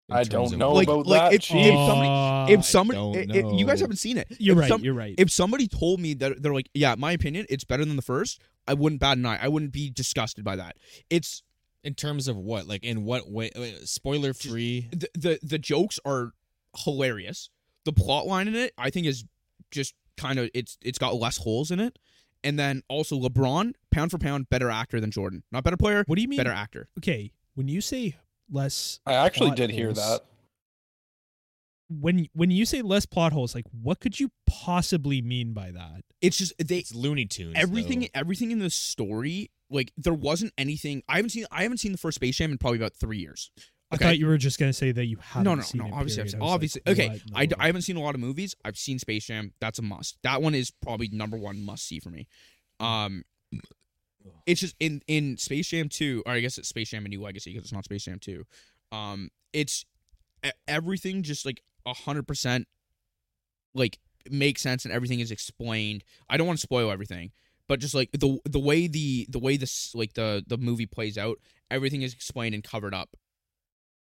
C: In
D: I
C: terms
D: don't
C: of-
D: know
A: like
D: about
A: like
D: that,
A: if,
D: Chief.
A: if somebody
B: Ah,
A: if somebody
C: don't
A: it- it- you guys
C: know.
A: haven't seen it.
B: you're
A: if
B: right.
A: some-
B: you're right.
A: If somebody told me that they're like, yeah, my opinion, it's better than the first, I wouldn't bat an eye. I wouldn't be disgusted by that. It's
C: in terms of what? Like in what way? Spoiler free.
A: the the, the jokes are hilarious. The plot line in it, I think, is just kind of it's it's got less holes in it. And then also LeBron, pound for pound, better actor than Jordan. Not better player,
B: what do you mean?
A: better actor.
B: Okay, when you say less,
D: I actually
B: plot
D: did hear
B: holes.
D: that.
B: when when you say less plot holes, like what could you possibly mean by that?
A: It's just they
C: It's Looney Tunes.
A: everything
C: though.
A: everything in the story like there wasn't anything I haven't seen I haven't seen the first Space Jam in probably about three years.
B: I
A: Okay.
B: thought you were just gonna say that you haven't
A: No, no,
B: seen
A: no.
B: it,
A: Obviously, I've
B: period.
A: seen,
B: I was
A: obviously.
B: like,
A: okay,
B: what?
A: I, d-
B: No.
A: I haven't seen a lot of movies. I've seen Space Jam. That's a must. That one is probably number one must see for me. Um, it's just in in Space Jam two, or I guess it's Space Jam: A New Legacy because it's not Space Jam two. Um, it's e- everything just like hundred percent, like makes sense and everything is explained. I don't want to spoil everything, but just like the the way the the way this like the the movie plays out, everything is explained and covered up,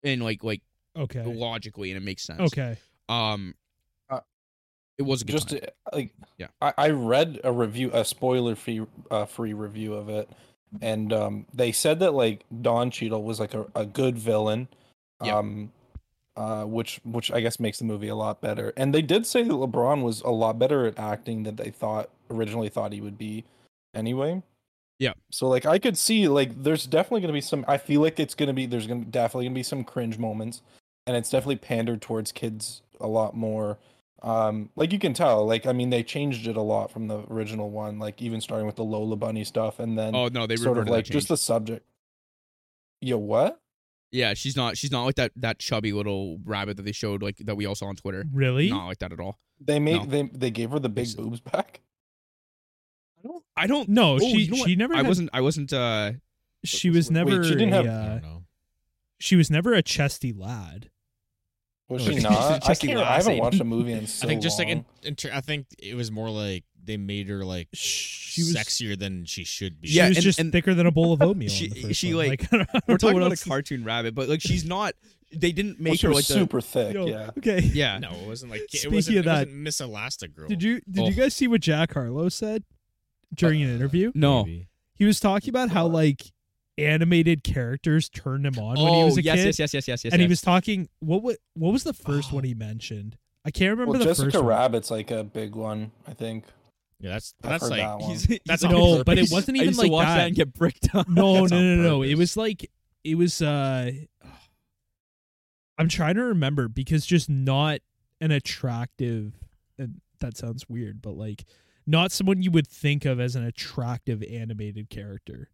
A: and like like
B: okay,
A: logically and it makes sense.
B: okay.
A: Um,
D: Uh,
A: it was a good
D: Just
A: time.
D: to, like
A: Yeah.
D: I, I read a review, a spoiler free uh, free review of it, and um, they said that like Don Cheadle was like a, a good villain,
A: Yeah.
D: um, uh, which which I guess makes the movie a lot better. And they did say that LeBron was a lot better at acting than they thought originally thought he would be, anyway.
A: Yeah.
D: So like I could see like there's definitely gonna be some. I feel like it's gonna be there's gonna definitely gonna be some cringe moments, and it's definitely pandered towards kids a lot more um like you can tell like i mean they changed it a lot from the original one like even starting with the lola bunny stuff and then
A: oh no, they
D: sort of
A: reverted
D: like
A: that
D: just
A: change.
D: the subject yeah what
A: yeah, she's not she's not like that that chubby little rabbit that they showed like that we all saw on Twitter.
B: Really?
A: Not like that at all.
D: they made
A: No.
D: they they gave her the big
A: Just-
D: boobs back
A: I don't. I don't.
B: No,
A: Oh,
B: she
A: you know what?
B: she never
A: I
B: had-
A: wasn't. I wasn't. Uh,
B: she was
D: Wait,
B: never
D: she didn't
B: a,
D: have-
C: I
B: uh,
C: don't know.
B: she was never a chesty lad.
D: was
C: No,
D: she
C: she's
D: not i
A: just a
D: can't Oh, i
A: lassie.
D: haven't watched a movie in so
C: I think just like in,
D: long.
C: in ter- I think it was more like they made her like
B: She was
C: sexier than she should be.
B: She
A: Yeah,
B: was
A: and-
B: just
A: and-
B: thicker than a bowl of oatmeal.
A: She-
B: in the first
A: she,
B: one.
A: like-
B: I don't know
A: we're talking
B: what
A: about a
B: else-
A: cartoon rabbit, but like she's not. They didn't
D: well,
A: make
D: she
A: her
D: was
A: like
D: super thick
B: Yo,
D: yeah
B: Okay.
A: The, yeah.
C: No, it wasn't like it
B: Speaking
C: wasn't,
B: of
C: it
B: that-
C: wasn't Miss Elastigirl.
B: Did you did you
A: Oh. Uh,
B: guys see what Jack Harlow said during an interview?
A: No.
C: Maybe.
B: He was talking about how
D: What?
B: like animated characters turned him on
A: Oh
B: when he was a
A: yes,
B: kid,
A: yes, yes, yes, yes, yes.
B: and he
A: yes.
B: was talking what what what was the first
A: Oh.
B: one he mentioned? I can't remember
D: well
B: the
D: jessica
B: first one.
D: rabbit's like a big one i think
C: Yeah, that's
D: I've
C: that's
D: heard
C: like
D: that one.
A: He's, he's
C: That's on
A: on
C: No, but it
A: purpose. I
B: wasn't even
A: used
B: like
A: to watch
B: that.
A: and get bricked up.
B: No,
C: That's
B: no, no,
C: on
B: no. It
C: purpose.
B: was like it was uh I'm trying to remember because just not an attractive and that sounds weird, but like not someone you would think of as an attractive animated character.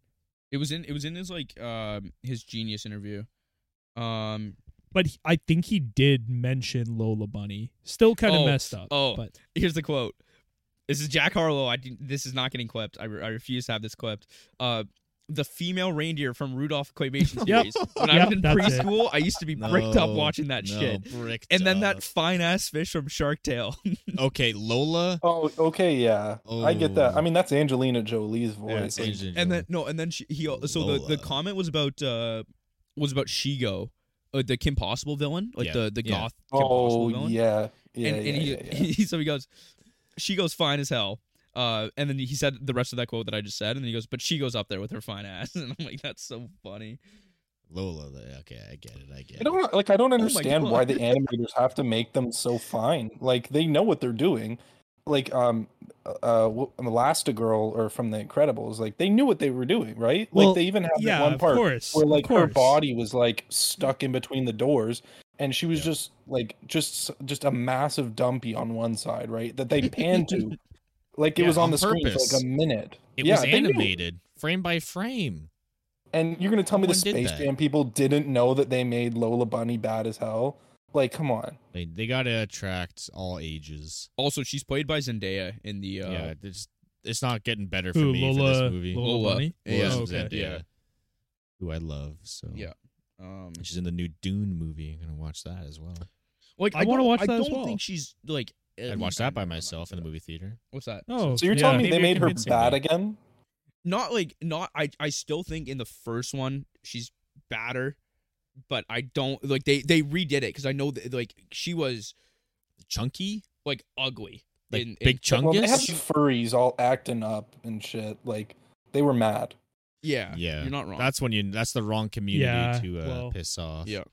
A: It was in. It was in his like um his genius interview. Um.
B: But he, I think he did mention Lola Bunny. Still kind of
A: Oh,
B: messed up.
A: oh.
B: but
A: Here's the quote. This is Jack Harlow. I didn't- this is not getting clipped. I, re- I refuse to have this clipped. Uh, the female reindeer from Rudolph Claymation
B: Yep.
A: series. When I
B: Yep,
A: was in
B: that's it.
A: preschool, I used to be bricked up
C: No,
A: watching that
C: no,
A: shit.
C: bricked
A: And then that
C: up.
A: fine ass fish from Shark Tale.
C: okay, Lola.
D: oh okay yeah i get that
C: Oh.
D: i mean that's angelina jolie's
C: Yeah,
D: voice
C: it's
D: like,
C: Angelina
A: and
C: Jolie.
A: then no, and then she, he. al- So the, the
C: Lola.
A: comment was about uh was about Shigo, uh, the Kim Possible villain, like
C: Yeah,
A: the the
C: yeah.
A: goth Kim Possible
D: oh
A: villain.
D: yeah yeah,
A: and,
D: yeah,
A: and he,
D: yeah, yeah.
A: he so he goes, she goes fine as hell. Uh, and then he said the rest of that quote that I just said, and then he goes, but she goes up there with her fine ass, and I'm like, that's so funny.
C: Lola. the- Okay, I get it. I get
D: I
C: it.
D: don't like. I don't
A: my
D: understand why
A: God.
D: the animators have to make them so fine. Like they know what they're doing. Like um, uh, w- Elastigirl or from The Incredibles, like they knew what they were doing, right?
B: Well,
D: like they even had that
B: yeah,
D: one
B: of
D: part
B: course.
D: where
B: of
D: like her
B: course.
D: body was like stuck in between the doors, and she was
C: Yeah.
D: just like just just a massive dumpy on one side, right? That they panned to, like it
C: Yeah,
D: was on,
C: on
D: the screen for
C: purpose.
D: like a minute.
C: It
D: yeah,
C: was
D: they knew.
C: animated, frame by frame.
D: And you're gonna tell me the
C: Someone did
D: Space
C: that.
D: Jam people didn't know that they made Lola Bunny bad as hell? Like, come on.
C: They they gotta attract all ages.
A: Also, she's played by Zendaya in the uh,
C: yeah, it's it's not getting better for
B: Who,
C: me for
B: Lola,
C: this movie.
B: Lola
A: Lola.
B: Bunny?
A: Yeah.
B: Oh,
C: Lola
B: okay.
C: Zendaya,
A: Yeah.
C: who I love. So
A: Yeah. Um,
C: And she's in the new Dune movie. I'm gonna watch that as well.
A: like
B: I wanna
A: don't-
B: watch
A: I
B: that as
A: don't
B: well.
A: think she's like
C: I'd watch that by myself in the movie theater.
A: What's that?
B: Oh,
D: So you're
B: yeah.
D: telling me
B: Maybe
D: they
B: you're
D: made her
B: convincing
D: bad
B: me.
D: again?
A: Not like not. I I still think in the first one she's badder, but I don't like they they redid it because I know that like she was
C: Chunky,
A: like ugly,
C: like
A: In- in-
C: big
D: Well, they had
C: chungus.
D: the furries all acting up and shit. Like they were mad.
A: Yeah.
C: Yeah.
A: You're not wrong.
C: that's when you. That's the wrong community
B: Yeah,
C: to uh,
B: well.
C: piss off.
A: yeah.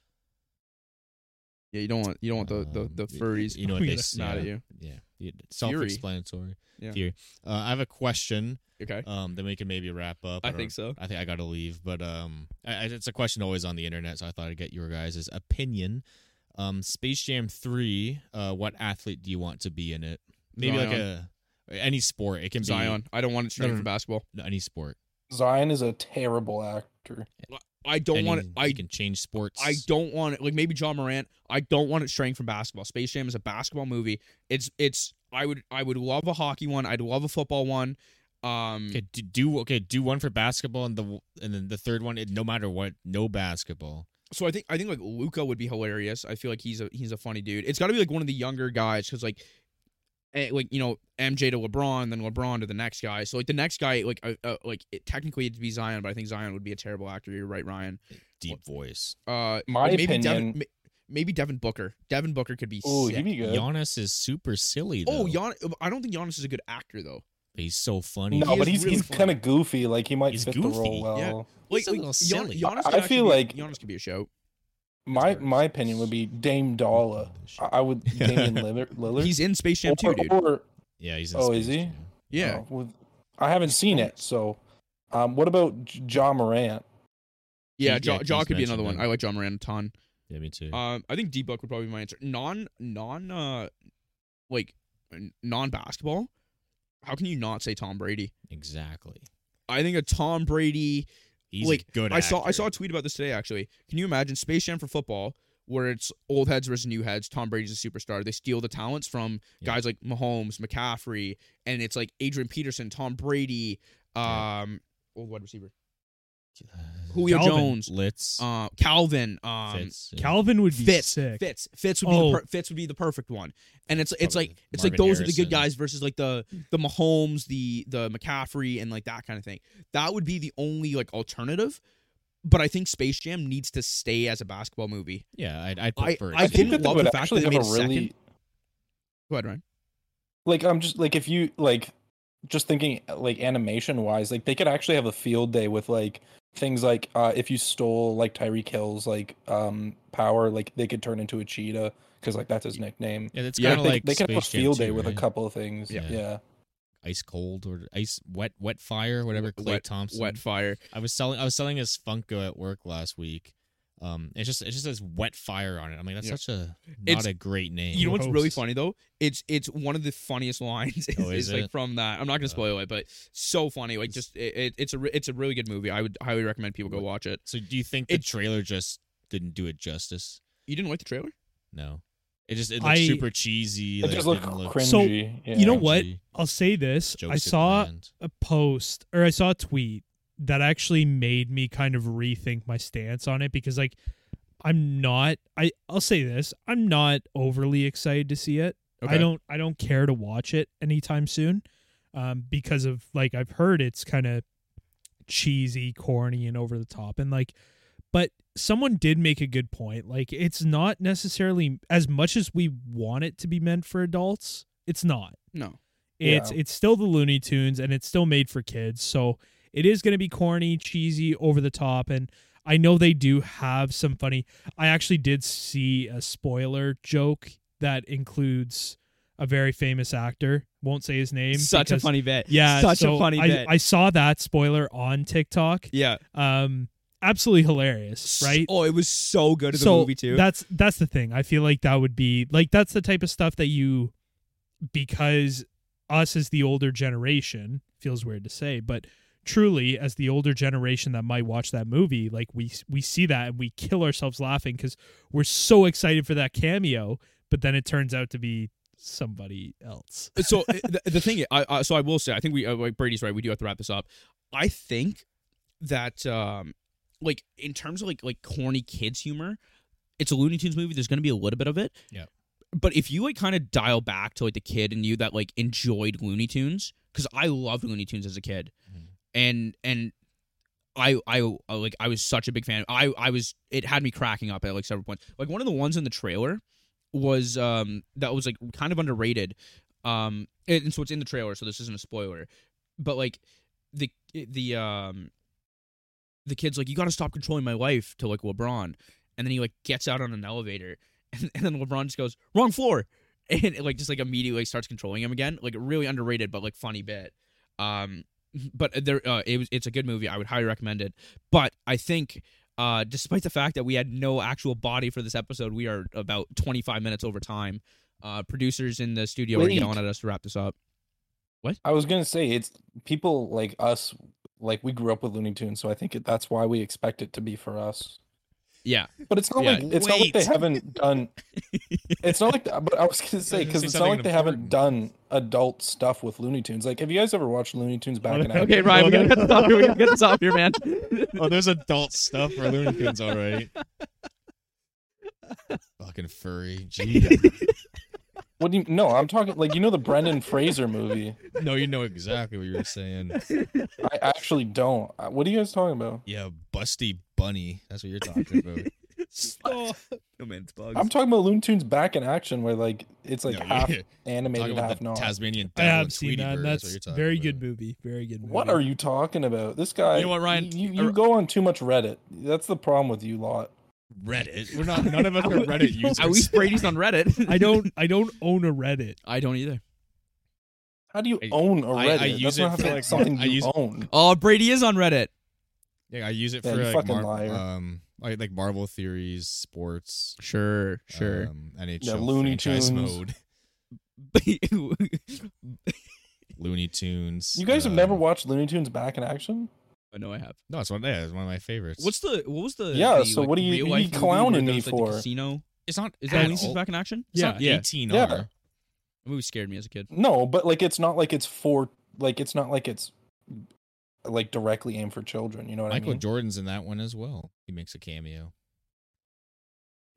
A: Yeah, you don't want you don't want the
C: Um,
A: the, the
C: y-
A: furries
C: You know what
B: Look
C: they
B: at
C: s-
B: this.
A: mad
C: yeah,
A: at you.
C: Yeah, Yeah, self-explanatory.
A: Yeah.
C: Fury. Uh, I have a question.
A: Okay.
C: Um, then we can maybe wrap up.
A: I
C: don't-
A: think so.
C: I think I got to leave, but um, I, I- it's a question always on the internet, so I thought I'd get your guys' opinion. Um, Space Jam Three. Uh, what athlete do you want to be in it? Maybe like a any sport. It can
A: Zion. I don't want it
C: No,
A: straight
C: no,
A: for
C: no.
A: basketball.
C: be any sport.
D: Zion is a terrible actor.
A: I don't
C: Any-
A: want it.
C: you
A: I
C: can change sports.
A: I don't want it. Like maybe John Morant. I don't want it straying from basketball. Space Jam is a basketball movie. It's it's. I would I would love a hockey one. I'd love a football one. Um.
C: Okay, do, do okay. Do one for basketball, and the w- and then the third one. It, no matter what, no basketball.
A: So I think I think like Luca would be hilarious. I feel like he's a he's a funny dude. It's got to be like one of the younger guys because like. eh, Like you know, MJ to LeBron, then LeBron to the next guy. So like the next guy, like uh, uh, like it, technically it'd be Zion, but I think Zion would be a terrible actor. You're right, Ryan.
C: Deep voice.
A: Uh,
D: My
A: maybe Devin,
D: opinion.
A: ma- maybe Devin Booker. Devin Booker could be.
D: Oh,
A: sick.
D: he'd be good.
C: Giannis is super silly. Though.
A: Oh, Gian- I don't think Giannis is a good actor though.
C: he's so funny.
D: No,
A: He
D: but
A: is
D: he's
A: really
D: he's
A: funny.
D: kind of goofy. Like he might
C: He's
D: fit the
C: goofy,
D: role well.
A: yeah. Like,
C: He's
A: like
C: a little
A: Gian-
C: silly.
A: Giannis
D: I-
A: could
D: I
A: actually
D: feel
A: be,
D: like-
A: Giannis could be a show.
D: My my opinion would be Dame Dalla. I I would Damian Lillard. Lillard.
A: He's in Space Jam too,
D: Or-
A: dude.
D: or-
C: Yeah, he's. In
D: Oh, is
C: Space
D: he?
C: Jam.
A: Yeah,
D: oh, well, I haven't seen it. So, um, what about John Morant?
A: yeah.
C: yeah,
A: Jaw
C: Keith
A: Jaw could be another
C: mentioned
A: one.
C: him.
A: I like John Moran a ton.
C: Yeah, me too.
A: Um, I think D Book would probably be my answer. Non, non, uh, like non basketball. How can you not say Tom Brady?
C: exactly.
A: I think a Tom Brady.
C: He's
A: like,
C: a good.
A: I saw I
C: actor.
A: saw a tweet about this today. Actually, can you imagine Space Jam for football? Where it's old heads versus new heads. Tom Brady's a superstar. They steal the talents from
C: Yeah.
A: guys like Mahomes, McCaffrey, and it's like Adrian Peterson, Tom Brady,
C: Yeah.
A: um, old wide receiver.
C: Uh,
A: Julio
B: Calvin.
A: Jones,
C: Litz,
A: uh, Calvin, um, Fitz.
C: Fitz, yeah.
B: Calvin would be
A: Fitz,
B: sick.
A: Fitz, would be
B: Oh.
A: the per- Fitz would be the perfect one. And it's it's
C: Probably
A: like it's
C: Marvin
A: like those are the good
C: Harrison.
A: guys versus like the the Mahomes, the the McCaffrey, and like that kind of thing. That would be the only like alternative. But I think Space Jam needs to stay as a basketball movie.
C: Yeah, I'd, I'd
A: I-
C: prefer.
A: I
C: it.
A: didn't
D: think
A: love
D: they would
A: the fact
D: actually
A: that they
D: have a
A: made
D: really
A: second. Go ahead, Ryan.
D: like I'm just like if you like just thinking like animation wise, like they could actually have a field day with like things like uh if you stole like Tyreek Hill's like um power, like they could turn into a cheetah because like that's his nickname.
C: Yeah, that's
A: Yeah,
C: kind of
D: they,
C: like
D: they could have a
C: Space Jam
D: field day
C: 2,
D: with
C: right?
D: a couple of things.
C: Yeah.
D: Yeah.
C: ice cold or ice wet wet fire whatever Clay
A: Wet-
C: Thompson.
A: Wet fire.
C: I was selling I was selling this Funko at work last week. Um, it's just it just says wet fire on it. I'm like that's
A: Yeah.
C: such a not
A: It's-
C: a great name.
A: You know what's really
B: Gross.
A: funny though? It's it's one of the funniest lines. Is,
C: Oh, is
A: is, like
C: it?
A: from that. I'm not gonna
C: Uh,
A: spoil it, but so funny. Like just it, it, it's a re- it's a really good movie. I would highly recommend people go watch it.
C: So do you think the
A: It-
C: trailer just didn't do it justice?
A: You didn't like the trailer?
C: No, it just it looked
B: I-
C: super cheesy.
D: It
C: like,
D: just looked
C: didn't look
D: cringy.
B: So,
D: yeah.
B: You know what?
C: cringy.
B: I'll say this.
C: Jokes
B: I
C: at
B: saw
C: planned.
B: a post or I saw a tweet that actually made me kind of rethink my stance on it because like I'm not I I'll say this, I'm not overly excited to see it. I
A: Okay.
B: don't I don't care to watch it anytime soon. Um because of like I've heard it's kind of cheesy, corny and over the top and like but someone did make a good point. Like it's not necessarily as much as we want it to be meant for adults, it's not.
A: No.
B: It's
D: Yeah.
B: it's still the Looney Tunes and it's still made for kids. So it is going to be corny, cheesy, over the top and I know they do have some funny. I actually did see a spoiler joke that includes a very famous actor. Won't say his name.
A: Such a
B: because-
A: funny bit.
B: Yeah,
A: Such
B: so
A: a funny
B: I,
A: bit.
B: I saw that spoiler on TikTok.
A: yeah.
B: Um absolutely hilarious, right?
A: Oh, it was so good in
B: so
A: the movie too.
B: That's that's the thing. I feel like that would be like that's the type of stuff that you because us as the older generation feels weird to say, but truly as the older generation that might watch that movie, like we we see that and we kill ourselves laughing cuz we're so excited for that cameo, but then it turns out to be somebody else.
A: so uh, the, the thing, I, I so I will say, I think we uh, like Brady's right. We do have to wrap this up. I think that um like in terms of like like corny kids humor, it's a Looney Tunes movie. There's going to be a little bit of it.
C: Yeah.
A: but if you like kind of dial back to like the kid in you that like enjoyed Looney Tunes, because I loved Looney Tunes as a kid,
C: Mhm.
A: and and I I I, like I was such a big fan. I I was it had me cracking up at like several points. Like one of the ones in the trailer was um that was like kind of underrated. Um and and so it's in the trailer, so this isn't a spoiler. But like the the um the kid's like, you gotta stop controlling my life to like LeBron. And then he like gets out on an elevator and, and then LeBron just goes, wrong floor. And it, like just like immediately starts controlling him again. Like really underrated but like funny bit. Um but there uh, it was it's a good movie. I would highly recommend it. But I think uh, despite the fact that we had no actual body for this episode, we are about 25 minutes over time. Uh, producers in the studio are
D: Wait.
A: yelling at us to wrap this up.
D: I was gonna say it's people like us, like we grew up with Looney Tunes, so I think it, that's why we expect it to be for us.
A: Yeah,
D: But it's not
A: Yeah.
D: like it's not like they
C: Wait.
D: haven't done. It's not like but I was gonna say
C: gonna
D: because
C: say
D: it's not like
C: something
D: they haven't done adult stuff with Looney Tunes. Like, have you guys ever watched Looney Tunes back in?
B: Okay,
A: Ryan,
B: we gotta
A: get this off here. We gotta get this off here, man.
C: oh, there's adult stuff for Looney Tunes, all right. Fucking furry. Gee.
D: What do you? No, I'm talking like you know the Brendan Fraser movie.
C: No, you know exactly what you were saying.
D: I actually don't. Uh, What are you guys talking about?
C: Yeah, busty bunny. That's what you're talking about.
B: Oh,
A: No man's bugs.
D: I'm talking about Looney Tunes back in action, where like it's like
C: No,
D: half
C: you're
D: animated,
C: talking
D: half
C: about the
D: not.
C: Tasmanian
B: I
C: devil
B: have
C: and
B: seen
C: Tweety
B: that.
C: Bird.
B: That's
C: what you're talking
B: very
C: about.
B: good movie. Very good movie.
D: What are you talking about? This guy.
C: You know what, Ryan? Er,
D: You, you go on too much Reddit. That's the problem with you lot.
C: Reddit. We're not. None of us are Reddit users.
A: At least Brady's on Reddit.
B: I don't I don't own a Reddit.
A: I don't either.
D: How do you
C: I-
D: own a
C: I-
D: Reddit?
C: I use
D: That's not
C: it for,
D: how-
C: like,
D: something
C: I
D: you
C: use-
D: own.
A: Oh, Brady is on Reddit.
C: Yeah, I use it
D: Yeah,
C: for
D: you
C: like,
D: fucking
C: Mar-
D: liar.
C: um, like, like Marvel theories, sports,
A: Sure, sure.
C: um, NHL,
D: Yeah, Looney
C: franchise
D: Tunes.
C: mode,
B: Um,
C: Looney Tunes.
D: You guys have never
C: um,
D: watched Looney Tunes back in action?
A: I know I have.
C: No, it's one. Yeah, it's one of my favorites.
A: What's the what was the
D: Yeah,
A: the,
D: so
A: like,
D: what are you-
A: real
D: you
A: life movie
D: clowning
A: where it
D: me
A: goes to, like,
D: for?
A: The casino
C: It's not.
A: is that
C: at
A: Looney Tunes
C: all-
A: back in action?
C: It's
B: Yeah.
C: not
A: Yeah.
C: 18
D: Yeah.
C: R.
A: That movie scared me as a kid.
D: No, but like it's not like it's for like it's not like it's like directly aimed for children. You know what
C: Michael
D: I mean?
C: Jordan's in that one as well. He makes a cameo.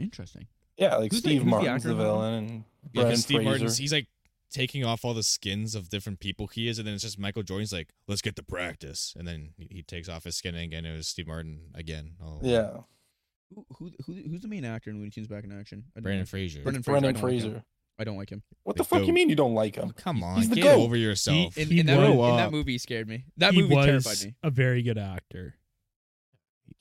A: Interesting.
D: Yeah, like
A: Who's the-
D: Steve
A: who's the
D: Martin's
A: actor
D: the
A: in that
D: villain and
C: Yeah,
D: Brandon
C: 'cause Steve
D: Fraser.
C: Martin's he's like taking off all the skins of different people he is, and then it's just Michael Jordan's like, let's get to practice, and then he, he takes off his skin and again. It was Steve Martin again. Oh,
D: yeah,
A: Who, who who who's the main actor in Looney Tunes Back in Action? I don't
C: Brandon
A: like-
C: Fraser.
A: Brendan Fraser.
D: Brendan
A: I don't like him.
D: Fraser.
A: I don't like him.
D: What
C: The
D: the fuck
C: goat.
D: you mean you don't like him?
C: Oh, come on,
D: He's the
C: get
D: goat.
C: over yourself.
B: He-
A: In,
B: He
A: in that,
B: was-
A: movie, in that movie scared me. That
B: he
A: movie
B: was
A: terrified me.
B: a very good actor.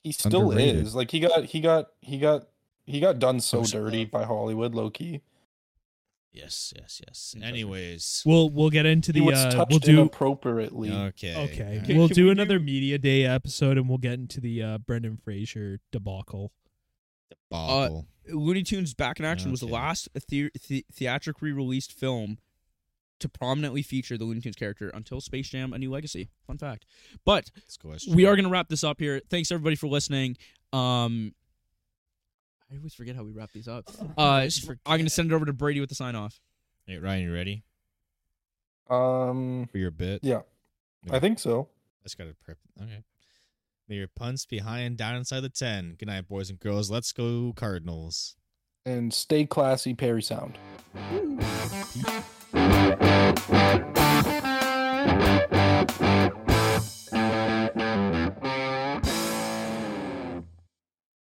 D: He still
C: Underrated.
D: is. Like he got he got he got he got done so
C: Who's-
D: dirty by Hollywood, low key.
C: yes, yes, yes.
A: Interesting.
C: Anyways,
B: We'll we'll get into
D: He
B: the
D: was
B: uh,
D: touched
B: we'll do
D: inappropriately.
C: okay, Uh,
B: Okay,
A: Can-
B: we'll
A: can
B: do
A: we
B: another
A: do-
B: media day episode, and we'll get into the uh, Brendan Fraser debacle.
C: Bobble.
A: Looney Tunes Back in Action was the
C: Okay.
A: last the- the- theatrically released film to prominently feature the Looney Tunes character until Space Jam: A New Legacy. Fun fact. But
C: That's a question.
A: we are going to wrap this up here. Thanks everybody for listening. Um, I always forget how we wrap these up. Uh, I'm going to send it over to Brady with the sign off.
C: Hey, Ryan, you ready
D: Um
C: for your bit?
D: yeah, Um, I
C: Okay.
D: think so.
C: That's gotta prep. Okay. May your punts be high and down inside the ten. Good night, boys and girls. Let's go Cardinals.
D: And stay classy, Perry Sound.
C: Peace.